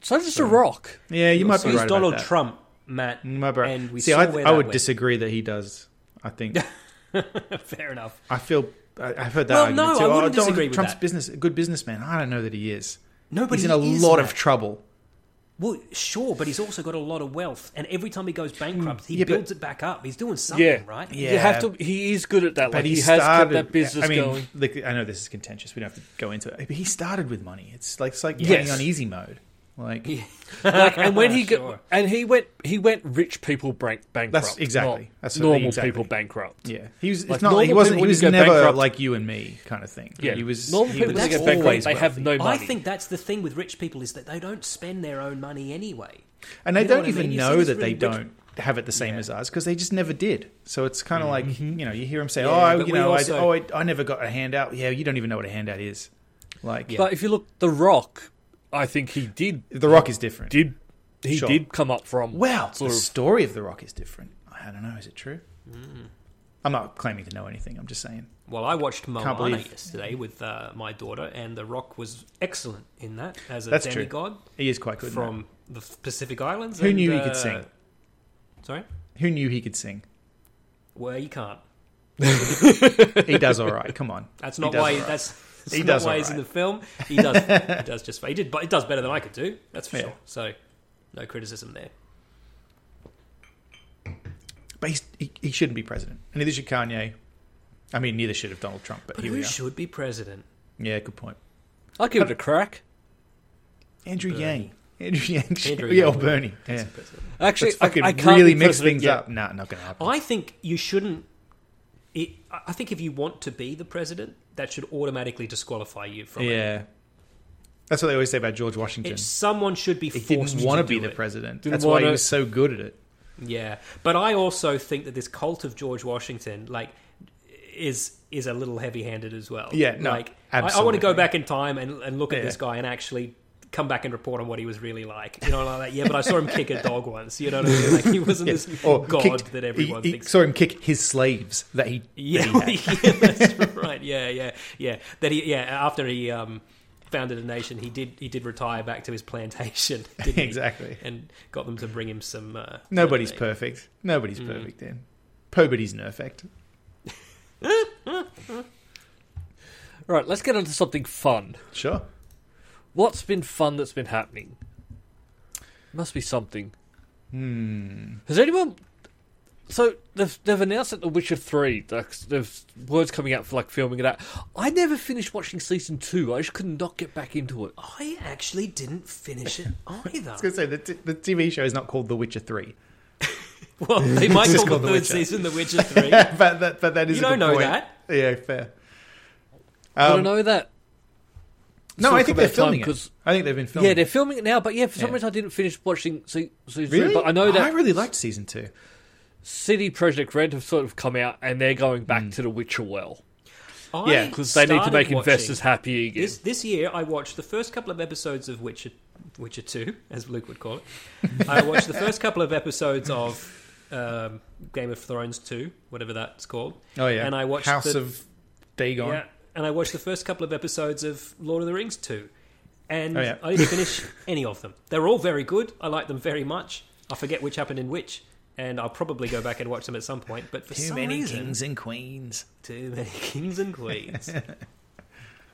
S1: So does The Rock.
S2: Yeah, you might
S3: So
S2: be
S3: he's
S2: right about
S3: Donald
S2: that.
S3: Trump, Matt.
S2: You might be right.
S3: And we
S2: see,
S3: saw
S2: I,
S3: where
S2: I
S3: that
S2: would
S3: went.
S2: disagree that he does. I think
S3: Fair enough.
S2: I feel I- I've heard that
S3: Well,
S2: argument
S3: no,
S2: too.
S3: I
S2: Oh, Donald
S3: wouldn't disagree with
S2: Trump's
S3: that.
S2: business, a good businessman. I don't know that he is.
S3: No, but
S2: he's in
S3: he
S2: a
S3: is,
S2: lot
S3: Matt.
S2: of trouble.
S3: Well, sure, but he's also got a lot of wealth, and every time he goes bankrupt, he
S2: Hmm. Yeah, but-
S3: builds it back up. He's doing something,
S1: Yeah.
S3: right?
S1: You
S2: Yeah.
S1: have to. He is good at that.
S2: But
S1: Like
S2: he,
S1: he, has kept
S2: started
S1: that business
S2: I mean,
S1: going.
S2: Like, I know this is contentious. We don't have to go into it. But he started with money. It's like it's like
S1: Yes.
S2: playing on easy mode. Like
S1: Like, and when he
S3: Sure.
S1: got, and he went, he went rich people bank, bankrupt.
S2: That's- exactly.
S1: not
S2: That's what-
S1: normal
S2: exactly.
S1: people bankrupt.
S2: yeah, he was.
S1: Like
S2: it's not. Like he
S1: normal
S2: wasn't.
S1: people
S2: He was
S1: who go
S2: never
S1: bankrupt-
S2: like you and me kind of thing.
S1: Yeah.
S2: he was.
S1: Normal
S2: he
S1: people
S2: was
S1: that
S3: get
S2: always
S3: bankrupt,
S1: they have
S2: wealthy.
S1: no
S3: I
S1: money.
S3: think that's the thing with rich people is that they don't spend their own money anyway.
S2: and they
S3: You know
S2: don't
S3: what I
S2: even
S3: mean? You see
S2: know
S3: this
S2: that they
S3: really rich-
S2: don't have it the same as ours because they just never did. So it's kind of like you know you hear him say,
S3: Mm-hmm. Yeah,
S2: "Oh, I-
S3: but
S2: you
S3: we
S2: know,
S3: also-
S2: I, oh, I, I never got a handout." Yeah, you don't even know what a handout is. Like
S1: But if you look, The Rock, I think he did,
S2: The Rock is different.
S1: did, he
S2: Sure.
S1: did come up from.
S2: Wow,
S1: sort
S2: the
S1: of
S2: story of The Rock is different. I don't know. Is it true?
S3: Mm.
S2: I'm not claiming to know anything. I'm just saying.
S3: Well, I watched Moana
S2: believe-
S3: yesterday with uh, my daughter, and The Rock was excellent in that as a
S2: That's true.
S3: demigod
S2: He is quite good. in
S3: from the Pacific Islands.
S2: Who
S3: and,
S2: knew he
S3: uh,
S2: could sing?
S3: Sorry,
S2: that. Who knew he could sing?
S3: well, you can't.
S2: He does all right. Come on.
S3: That's
S2: He
S3: not
S2: does
S3: why.
S2: all right.
S3: That's, that's
S2: He
S3: not
S2: does
S3: why
S2: all
S3: he's in the
S2: right.
S3: film. He does. he does just. He did, but it does better than I could do. That's for
S2: Yeah.
S3: sure. So, no criticism there.
S2: But he's, he, he shouldn't be president. And neither should Kanye. I mean, neither should have Donald Trump. But,
S3: But
S2: here
S3: who
S2: we are.
S3: should be president?
S2: Yeah, good point.
S1: I'll give it a crack.
S2: Andrew
S3: Bernie.
S2: Yang. Andrew Yang.
S3: Andrew
S2: yeah, or
S3: Yang.
S2: Bernie. Yeah.
S3: President.
S1: Actually,
S2: Let's fucking
S1: I, I can't
S2: really
S1: be
S2: mix
S1: president
S2: things
S1: yet.
S2: up. Nah, not going to happen.
S3: I think you shouldn't. It, I I think if you want to be the president, that should automatically disqualify you from it.
S2: yeah. That's what they always say about George Washington.
S3: It- Someone should be
S2: he
S3: forced
S2: didn't want to
S3: do
S2: be the
S3: it.
S2: president.
S1: Didn't
S2: That's why he
S1: wanna-
S2: was so good at it.
S3: Yeah, but I also think that this cult of George Washington, like, is is a little heavy handed as well.
S2: Yeah, no,
S3: like I, I want to go
S2: absolutely.
S3: back in time and, and look at
S2: Yeah.
S3: this guy and actually come back and report on what he was really like. You know, like that. Yeah, but I saw him kick a dog once. You know what I mean? Like he wasn't this god
S2: kicked-
S3: that everyone
S2: he, he
S3: thinks.
S2: saw him kick his slaves that he
S3: yeah, yeah, that's right. Yeah, yeah, yeah. That he yeah after he um founded a nation, he did he did retire back to his plantation. didn't he?
S2: Exactly.
S3: and got them to bring him some. Uh,
S2: Nobody's
S3: lemonade.
S2: perfect. Nobody's
S3: Mm.
S2: perfect then. Poverty's nerfect.
S1: Right, let's get onto something fun.
S2: Sure.
S1: What's been fun that's been happening? Must be something. Hmm. Has anyone? So they've they've announced that The Witcher three. Like, there's words coming out for like filming it out. I never finished watching season two. I just could not get back into it.
S3: I actually didn't finish it either.
S2: I was going to say, the, t- the TV show is not called The Witcher 3.
S3: well, they might
S2: It's
S3: call
S2: just
S3: the
S2: called The
S3: third
S2: Witcher.
S3: season The Witcher 3.
S2: but, that, but that is
S3: You
S2: a
S3: don't
S2: good
S3: know
S2: point.
S3: that.
S2: Yeah, fair.
S1: I
S2: Um,
S1: don't know that.
S2: No, I
S1: Talk
S2: think
S1: about
S2: they're
S1: time,
S2: filming it.
S1: 'cause-
S2: I think they've been filming
S1: Yeah, they're
S2: it.
S1: filming it now. But yeah, for some
S2: Yeah.
S1: reason I didn't finish watching se- season
S2: Really? Oh,
S1: three. But I know that
S2: I really liked season two.
S1: City Project Red have sort of come out and they're going
S2: Hmm.
S1: back to The Witcher well
S3: I
S2: Yeah,
S1: because they need to
S3: started
S1: make
S3: watching-
S1: investors happy again.
S3: This, this year, I watched the first couple of episodes of Witcher, Witcher 2, as Luke would call it. I watched the first couple of episodes of um, Game of Thrones 2, whatever that's called.
S2: Oh, yeah.
S3: And I watched
S2: House
S3: the-
S2: of Dagon.
S3: Yeah, and I watched the first couple of episodes of Lord of the Rings 2, and
S2: Oh, yeah.
S3: I didn't finish any of them. They were all very good. I liked them very much. I forget which happened in which, and I'll probably go back and watch them at some point. But for some reason,
S2: and queens.
S3: too many kings and queens.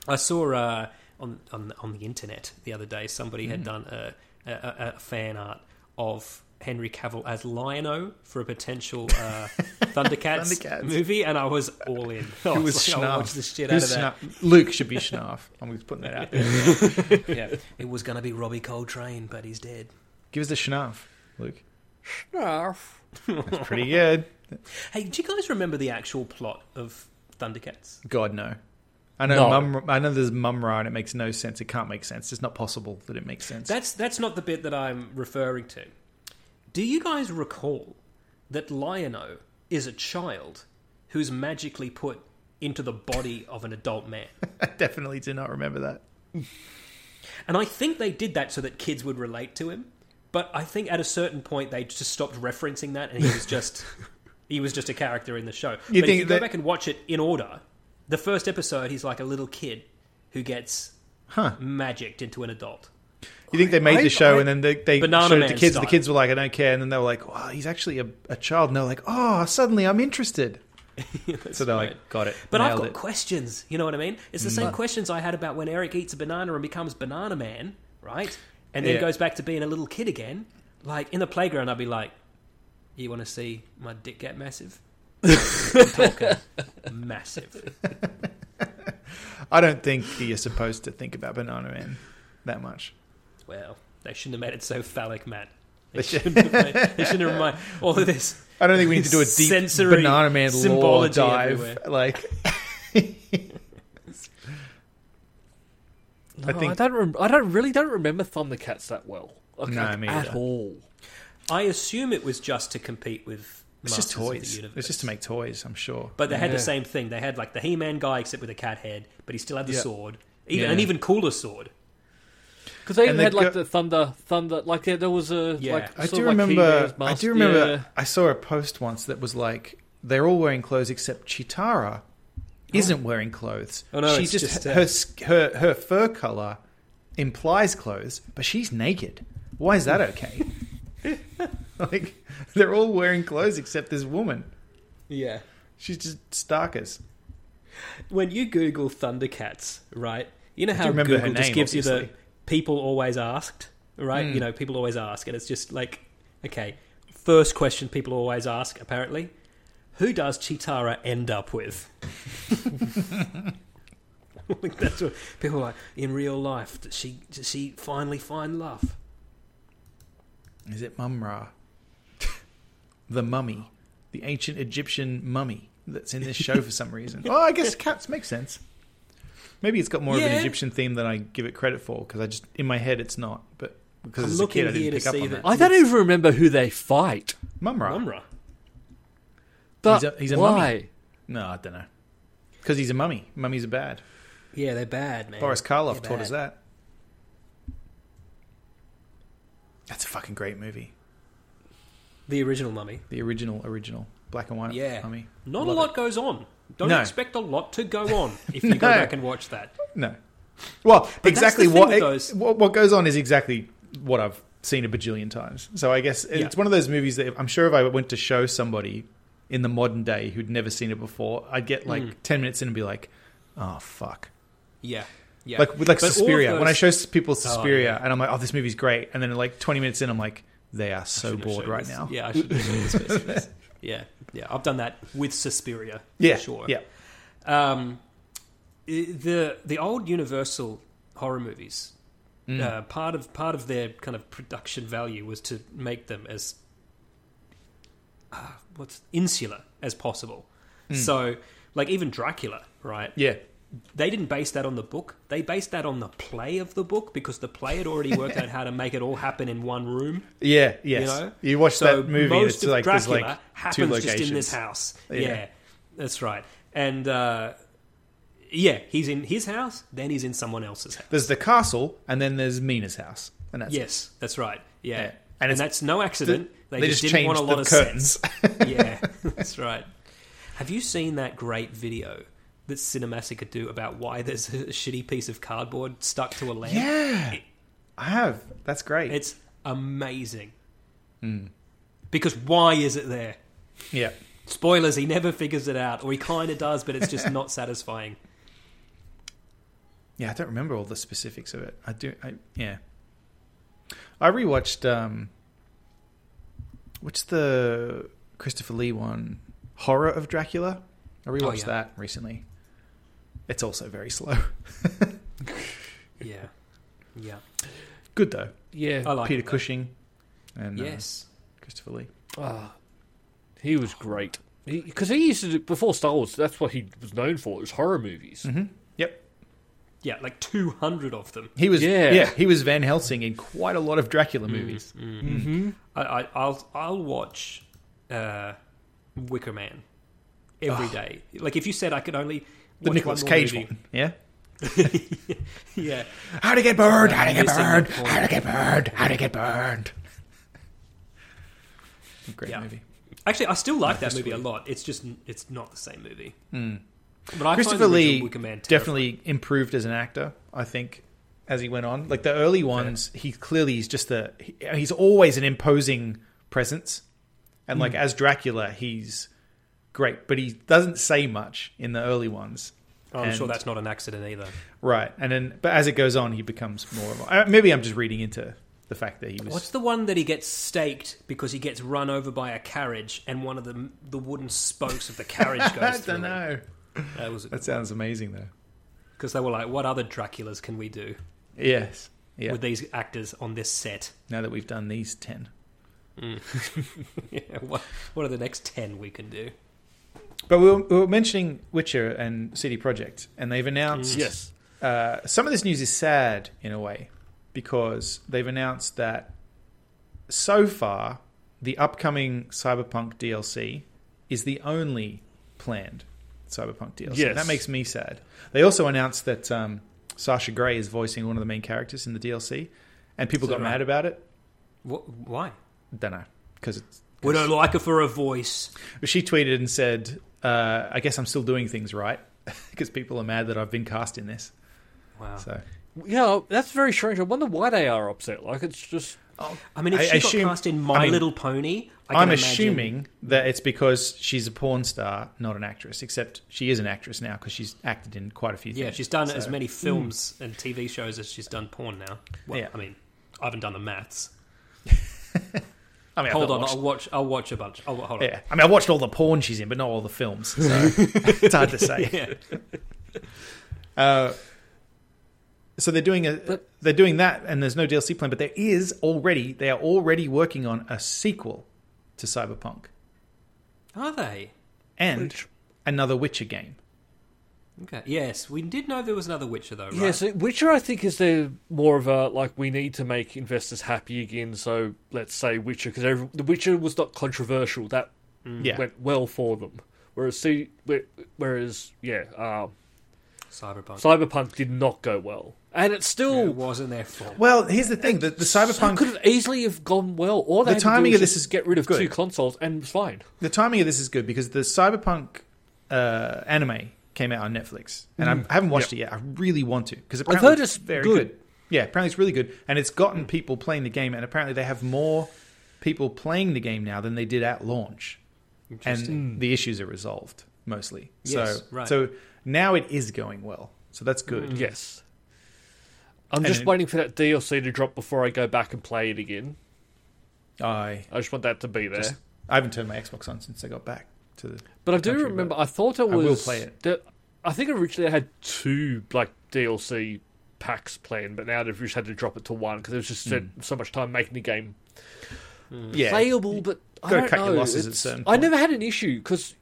S3: I saw uh, on on on the internet the other day somebody
S2: Mm.
S3: had done a, a, a, a fan art of Henry Cavill as Lion-O for a potential uh, Thundercats,
S2: Thundercats.
S3: movie, and I was all in. I
S2: Who was
S3: like, "Oh, I'll watch
S2: Schnaff?
S3: the shit
S2: Who's
S3: out of
S2: Schnaff? Luke should be Schnaff. I'm just putting that out there.
S3: that. yeah, it was going to be Robbie Coltrane, but he's dead.
S2: Give us the Schnaff, Luke.
S1: Snarf.
S2: That's pretty good.
S3: Hey, do you guys remember the actual plot of Thundercats?
S2: God no. I know.
S1: No.
S2: Mum, I know there's Mumra, and it makes no sense. It can't make sense. It's not possible that it makes sense.
S3: That's that's not the bit that I'm referring to. Do you guys recall that Lion-O is a child who's magically put into the body of an adult man?
S2: I definitely do not remember that.
S3: And I think they did that so that kids would relate to him. But I think at a certain point they just stopped referencing that, and he was just he was just a character in the show.
S2: You think
S3: but if you
S2: that-
S3: go back and watch it in order, the first episode he's like a little kid who gets
S2: Huh.
S3: magicked into an adult.
S2: You think they made
S1: I-
S2: the show
S1: I-
S2: and then they, they
S3: Banana
S2: showed it to
S3: Man
S2: kids?
S3: style.
S2: The kids were like, "I don't care," and then they were like, "Wow, he's actually a, a child." And they're like, "Oh, suddenly I'm interested." so they're like, "Got it."
S3: But I've
S2: nailed
S3: got
S2: it. Mm.
S3: questions. You know what I mean? It's the same questions I had about when Eric eats a banana and becomes Banana Man, right? And then
S2: Yeah.
S3: goes back to being a little kid again. Like in the playground, I'd be like, "You want to see my dick get massive? I'm talking massive.
S2: I don't think that you're supposed to think about Banana Man that much.
S3: Well, they shouldn't have made it so phallic, Matt. They
S2: They should-
S3: shouldn't have made, they shouldn't have remind all of this.
S2: I don't think we need to do a deep
S3: Sensory
S2: Banana Man lore
S3: symbology
S2: dive.
S3: everywhere.
S2: Like,
S1: No,
S2: I
S1: I
S2: think-
S1: don't. Rem- I don't really don't remember Thundercats that well. Like,
S2: No,
S1: like,
S2: me
S1: at
S2: either.
S1: all.
S3: I assume it was just to compete with.
S2: it's just
S3: Masters of the
S2: toys. It's
S3: Universe.
S2: just to make toys. I'm sure.
S3: But they had the
S1: Yeah.
S3: same thing. They had like the He-Man guy, except with a cat head, but he still had the
S1: Yeah.
S3: sword, even
S2: Yeah.
S3: an even cooler sword.
S1: Because they
S2: And
S1: even
S2: they
S1: had like
S2: go-
S1: the thunder, thunder. Like there, there was a.
S3: Yeah.
S1: Like,
S2: I
S1: sort
S2: do,
S1: of like
S2: remember,
S1: He-Man's
S2: I
S1: mask-
S2: do remember.
S1: yeah.
S2: I saw a post once that was like, "They're all wearing clothes except Chitara isn't wearing clothes.
S3: Oh, no,
S2: she
S3: it's just, uh,
S2: her sk- her her fur color implies clothes, but she's naked. Why is that okay? like they're all wearing clothes except this woman.
S3: Yeah.
S2: She's just stark as
S3: When you Google Thundercats, right? You know how
S2: remember her
S3: Google just
S2: name,
S3: gives you the
S2: obviously. Hmm.
S3: people always asked, right? You know, people always ask, and it's just like, okay, first question people always ask. Apparently, who does Chitara end up with? Like, that's what people are like in real life. Does she does she finally find love?
S2: Is it Mumra? the mummy, the ancient Egyptian mummy that's in this show for some reason. Oh, I guess cats make sense. Maybe it's got more of an
S3: Yeah.
S2: Egyptian theme than I give it credit for because I just in my head it's not, but because
S3: I'm
S2: as a kid I
S3: looking here
S2: didn't
S3: to
S2: pick up
S3: see
S2: on
S3: that-
S2: that.
S1: I don't even remember who they fight.
S2: Mumra.
S3: Mumra.
S1: But
S2: He's a- he's a
S1: why?
S2: mummy. No, I don't know. Because he's a mummy. Mummies are bad.
S3: Yeah, they're bad, man.
S2: Boris Karloff
S3: They're
S2: taught
S3: bad.
S2: us that. That's a fucking great movie.
S3: The original mummy.
S2: The original, original black and white
S3: Yeah.
S2: mummy.
S3: Not
S2: Love
S3: a
S2: it.
S3: lot goes on. Don't
S2: No.
S3: expect a lot to go on if you
S2: No.
S3: go back and watch that.
S2: No. Well,
S3: the
S2: exactly
S3: thing
S2: what,
S3: with
S2: it-
S3: those-
S2: what what goes on is exactly what I've seen a bajillion times. So I guess it's
S3: Yeah.
S2: one of those movies that I'm sure if I went to show somebody in the modern day who'd never seen it before, I'd get like
S3: Mm.
S2: ten minutes in and be like, "Oh fuck."
S3: Yeah. Yeah.
S2: Like with like
S3: But all of
S2: Suspiria. When I
S3: those-
S2: show people Suspiria and I'm like, "Oh, this movie's great," and then like 20 minutes in, I'm like, "They are so
S3: Shouldn't have
S2: bored
S3: shown
S2: right
S3: this.
S2: now."
S3: Yeah, I should have shown this first, yes. Yeah. Yeah. I've done that with Suspiria. for
S2: yeah,
S3: Sure.
S2: yeah.
S3: Um, i- the the old Universal horror movies. Uh, part of part of their kind of production value was to make them as uh, what's insular as possible. So, like even Dracula, right?
S2: Yeah.
S3: they didn't base that on the book. They based that on the play of the book because the play had already worked out how to make it all happen in one room.
S2: Yeah, yes. You,
S3: You know,
S2: watch
S3: so
S2: that movie and
S3: Most
S2: it's
S3: of
S2: like there's
S3: Dracula
S2: like two
S3: happens
S2: locations.
S3: just in this house.
S2: Yeah.
S3: Yeah, that's right. And uh, yeah, he's in his house. Then he's in someone else's house.
S2: There's the castle and then there's Mina's house. And that's
S3: Yes, that's right.
S2: Yeah.
S3: Yeah,
S2: And
S3: and,
S2: it's-
S3: that's no accident. they, just, didn't want a lot of sets.
S2: curtains.
S3: yeah, that's right. Have you seen that great video that Cinemassica do about why there's a shitty piece of cardboard stuck to a lamp?
S2: yeah, I have. That's great. Hmm.
S3: It's amazing. Because why is it there?
S2: Yeah.
S3: Spoilers, he never figures it out, or he kind of does, but it's just not satisfying.
S2: Yeah, I don't remember all the specifics of it. I do. I yeah. I rewatched. Um, what's the Christopher Lee one? Horror of Dracula. I rewatched
S3: Oh, yeah.
S2: that recently. It's also very slow.
S3: Yeah. Yeah.
S2: Good though.
S1: Yeah.
S3: I like
S2: Peter
S3: it, though.
S2: Cushing and uh,
S3: Yes.
S2: Christopher Lee.
S1: Ah, he was great. Because he, used to do, before Star Wars, that's what he was known for. It was horror movies.
S2: Mm-hmm. Yep.
S3: Yeah, like 200 of them.
S2: He was
S1: Yeah.
S2: yeah. he was Van Helsing in quite a lot of Dracula movies.
S3: Mm-hmm. I, I, I'll I'll watch uh, Wicker Man every day. Like if you said I could only
S2: The
S3: watch
S2: Nicolas
S3: one more
S2: Cage
S3: movie-
S2: one. Yeah.
S3: yeah,
S2: How to get burned? How to get
S3: missing
S2: burned?
S3: that point.
S2: How to get burned? How to get burned? Great
S3: Yeah.
S2: movie.
S3: actually I still like that movie a lot. It's just n- it's not the same movie. But I
S2: Hmm. Christopher Lee
S3: Wicker Man terrifying.
S2: definitely improved as an actor. I think as he went on, like the early ones, he clearly is just a he- he's always an imposing presence, and
S3: Hmm.
S2: like as Dracula, he's great, but he doesn't say much in the early ones.
S3: Oh, I'm sure
S2: And-
S3: that's not an accident either.
S2: right, and then but as it goes on, he becomes more. Of a, uh, maybe I'm just reading into the fact that he was.
S3: What's the one that he gets staked because he gets run over by a carriage and one of the the wooden spokes of the carriage
S2: I
S3: goes through?
S2: don't
S3: him?
S2: know.
S3: That was
S2: That sounds amazing, though.
S3: because they were like, "What other Draculas can we do
S2: Yes. Yeah.
S3: with these actors on this set?"
S2: now that we've done these ten.
S3: Yeah, what, what are the next 10 we can do?
S2: But we were, we were mentioning Witcher and CD Projekt, and they've announced.
S3: Mm.
S1: Yes.
S2: Uh, some of this news is sad in a way because they've announced that so far the upcoming Cyberpunk DLC is the only planned Cyberpunk DLC.
S1: Yes.
S2: That makes me sad. They also announced that um, Sasha Grey is voicing one of the main characters in the DLC, and people
S3: Is that
S2: got
S3: right?
S2: mad about it.
S3: What, why?
S2: Don't know because it's
S3: We don't like her for her voice.
S2: But she tweeted and said, uh, "I guess I'm still doing things right because people are mad that I've been cast in this."
S3: Wow.
S2: So
S1: Yeah, that's very strange. I wonder why they are upset. Like, it's just.
S3: I mean, if
S2: I
S3: she
S2: assume-
S3: got cast in My
S2: I mean,
S3: Little Pony, I can
S2: I'm
S3: imagine-
S2: assuming that it's because she's a porn star, not an actress. Except she is an actress now because she's acted in quite a few.
S3: Yeah,
S2: things.
S3: she's done
S2: So- mm.
S3: as many films and TV shows as she's done porn now. Well,
S2: Yeah.
S3: I mean, I haven't done the maths.
S2: I mean, I've
S3: Hold
S2: not
S3: on,
S2: watched-
S3: I'll watch. I'll watch a bunch. I'll, hold on.
S2: yeah, I mean, I watched all the porn she's in, but not all the films. So it's hard to say.
S3: Yeah.
S2: Uh, so they're doing a they're doing that, and there's no DLC plan, but there is already they are already working on a sequel to Cyberpunk.
S3: Are they?
S2: and another Witcher game.
S3: Okay. Yes, we did know there was another Witcher though, right?
S1: Yeah, so Witcher, I think, is the more of a like we need to make investors happy again. So let's say Witcher because the Witcher was not controversial. That
S2: Yeah,
S1: went well for them. Whereas, see, whe- whereas, yeah, um,
S3: Cyberpunk.
S1: Cyberpunk did not go well, and it's
S3: it
S1: still
S3: wasn't their fault.
S2: well, here's the thing: the, the
S1: Cyberpunk
S2: Cyberpunk,
S1: could have easily have gone well. All they
S2: The
S1: had
S2: timing
S1: to do was
S2: of this
S1: just
S2: is
S1: get rid of
S2: good.
S1: two consoles and it's fine.
S2: the timing of this is good because the Cyberpunk uh, anime came out on Netflix, and I'm- I haven't watched it yet. I really want to because apparently
S1: heard it's
S2: very
S1: good.
S2: Yeah, apparently it's really good, and it's gotten people playing the game, and apparently they have more people playing the game now than they did at launch, and the issues are resolved mostly.
S3: Yes,
S2: so,
S3: right.
S2: so now it is going well. So that's
S1: Hmm.
S2: good.
S1: Yes, I'm
S2: Mm. And
S1: just
S2: it-
S1: waiting for that DLC to drop before I go back and play it again.
S2: I
S1: I just want that to be there.
S2: I haven't turned my Xbox on since I got back to the
S1: But I do
S2: country,
S1: remember. I thought it
S2: will
S1: was.
S2: play it.
S1: that- I think originally they had two like DLC packs planned, but now they've just had to drop it to one because it was just spent so much time making the game
S2: Hmm. yeah.
S1: playable. But I
S2: gotta
S1: don't
S2: cut
S1: know.
S2: your losses at
S1: It's-
S2: certain
S1: I
S2: point.
S1: never had an issue because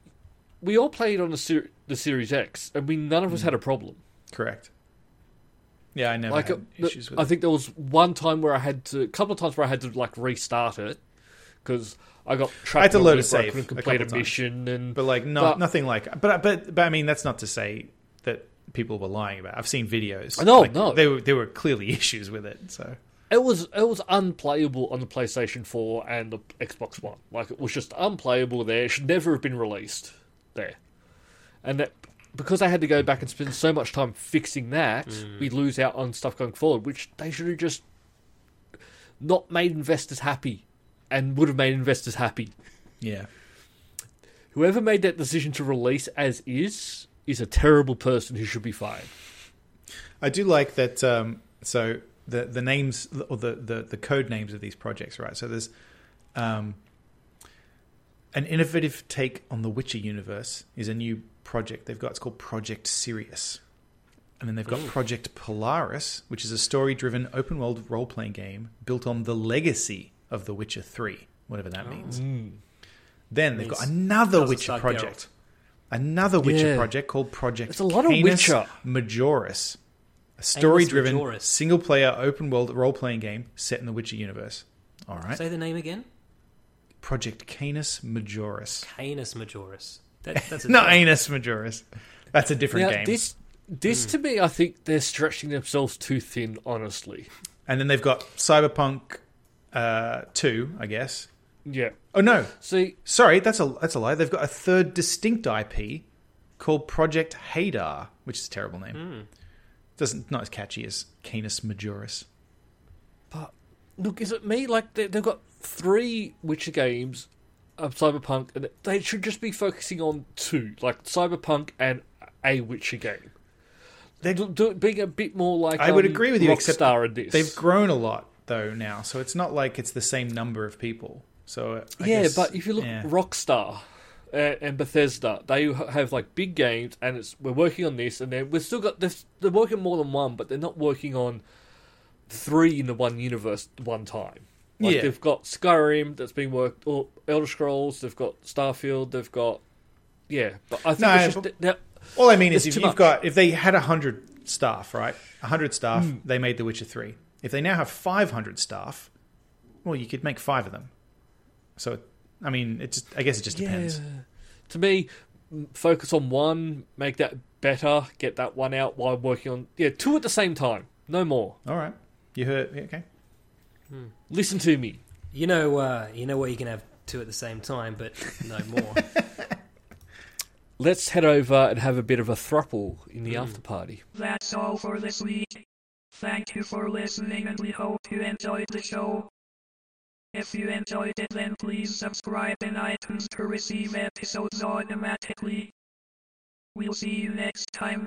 S1: we all played on the, ser- the Series X, and we none of us had a problem.
S2: Correct. Yeah, Hmm. I never
S1: Like,
S2: had
S1: uh,
S2: issues with
S1: I
S2: it.
S1: think there was one time where I had to, a couple of times where I had to like restart it because I got trapped.
S2: had to
S1: in
S2: load a
S1: loop where I
S2: save
S1: couldn't
S2: a
S1: complete a
S2: couple times.
S1: mission, and
S2: But like, no,
S1: but-
S2: nothing like. But but but I mean, that's not to say that people were lying about. It. I've seen videos.
S1: No,
S2: like,
S1: no.
S2: there were there were clearly issues with it. So
S1: It was it was unplayable on the PlayStation 4 and the Xbox One. Like it was just unplayable there. It should never have been released there. And that because they had to go back and spend so much time fixing that, we lose out on stuff going forward, which they should have just not made investors happy. and would have made investors happy.
S2: Yeah.
S1: Whoever made that decision to release as is is a terrible person who should be fired.
S2: I do like that. Um, so the the names or the, the the code names of these projects, right? So there's um, an innovative take on the Witcher universe is a new project they've got. It's called Project Sirius, and then they've got Project Polaris, which is a story driven open world role playing game built on the legacy of The Witcher Three, whatever that means.
S1: Oh.
S2: Then they've got
S3: Means-
S2: another
S3: Doesn't
S2: Witcher
S3: start
S2: project. Another Witcher
S1: Yeah.
S2: project called Project
S1: There's a lot of
S2: Canis
S1: Witcher.
S2: Majoris, a story-driven
S3: Majoris.
S2: single-player open-world role-playing game set in the Witcher universe. All right,
S3: Say the name again.
S2: Project Canis Majoris.
S3: Canis Majoris. That, that's a
S2: Not Anus Majoris. That's a different
S1: Now,
S2: game.
S1: this this to me, I think they're stretching themselves too thin. Honestly,
S2: And then they've got Cyberpunk uh, Two, I guess.
S1: yeah.
S2: Oh no,
S1: See,
S2: sorry, that's a that's a lie. They've got a third distinct IP called Project Hadar, which is a terrible name.
S1: Hmm.
S2: Doesn't not as catchy as Canis Majoris.
S1: But look, is it me? Like they, they've got three Witcher games, of Cyberpunk, and they should just be focusing on two, like Cyberpunk and a Witcher game. They do, do it being a bit more like
S2: I would
S1: um,
S2: agree with you, except
S1: Rockstar in this.
S2: They've grown a lot though now, so it's not like it's the same number of people. So I
S1: yeah,
S2: guess-
S1: but if you look
S2: yeah.
S1: at Rockstar uh, and Bethesda, they ha- have like big games, and it's we're working on this, and then we've still got this. They're working more than one, but they're not working on three in the one universe at one time. Like
S2: Yeah.
S1: they've got Skyrim that's been worked, or Elder Scrolls. They've got Starfield. They've got yeah, but I think
S2: No,
S1: it's just
S2: but-
S1: that-
S2: all I mean is
S1: it's
S2: if
S1: too much.
S2: you've got if they had hundred staff, right, hundred staff,
S1: Hmm.
S2: they made The Witcher three. If they now have five hundred staff, well, you could make five of them. So I mean, it just I guess it just depends.
S1: Yeah. To me, m- focus on one, make that better, get that one out while working on yeah two at the same time, no more.
S2: All right, you heard yeah, okay.
S1: Listen to me.
S3: You know, uh, you know what you can have two at the same time, but no more.
S1: let's head over and have a bit of a thruple in the after party.
S5: That's all for this week. Thank you for listening and we hope you enjoyed the show. If you enjoyed it then please subscribe in iTunes to receive episodes automatically. We'll see you next time.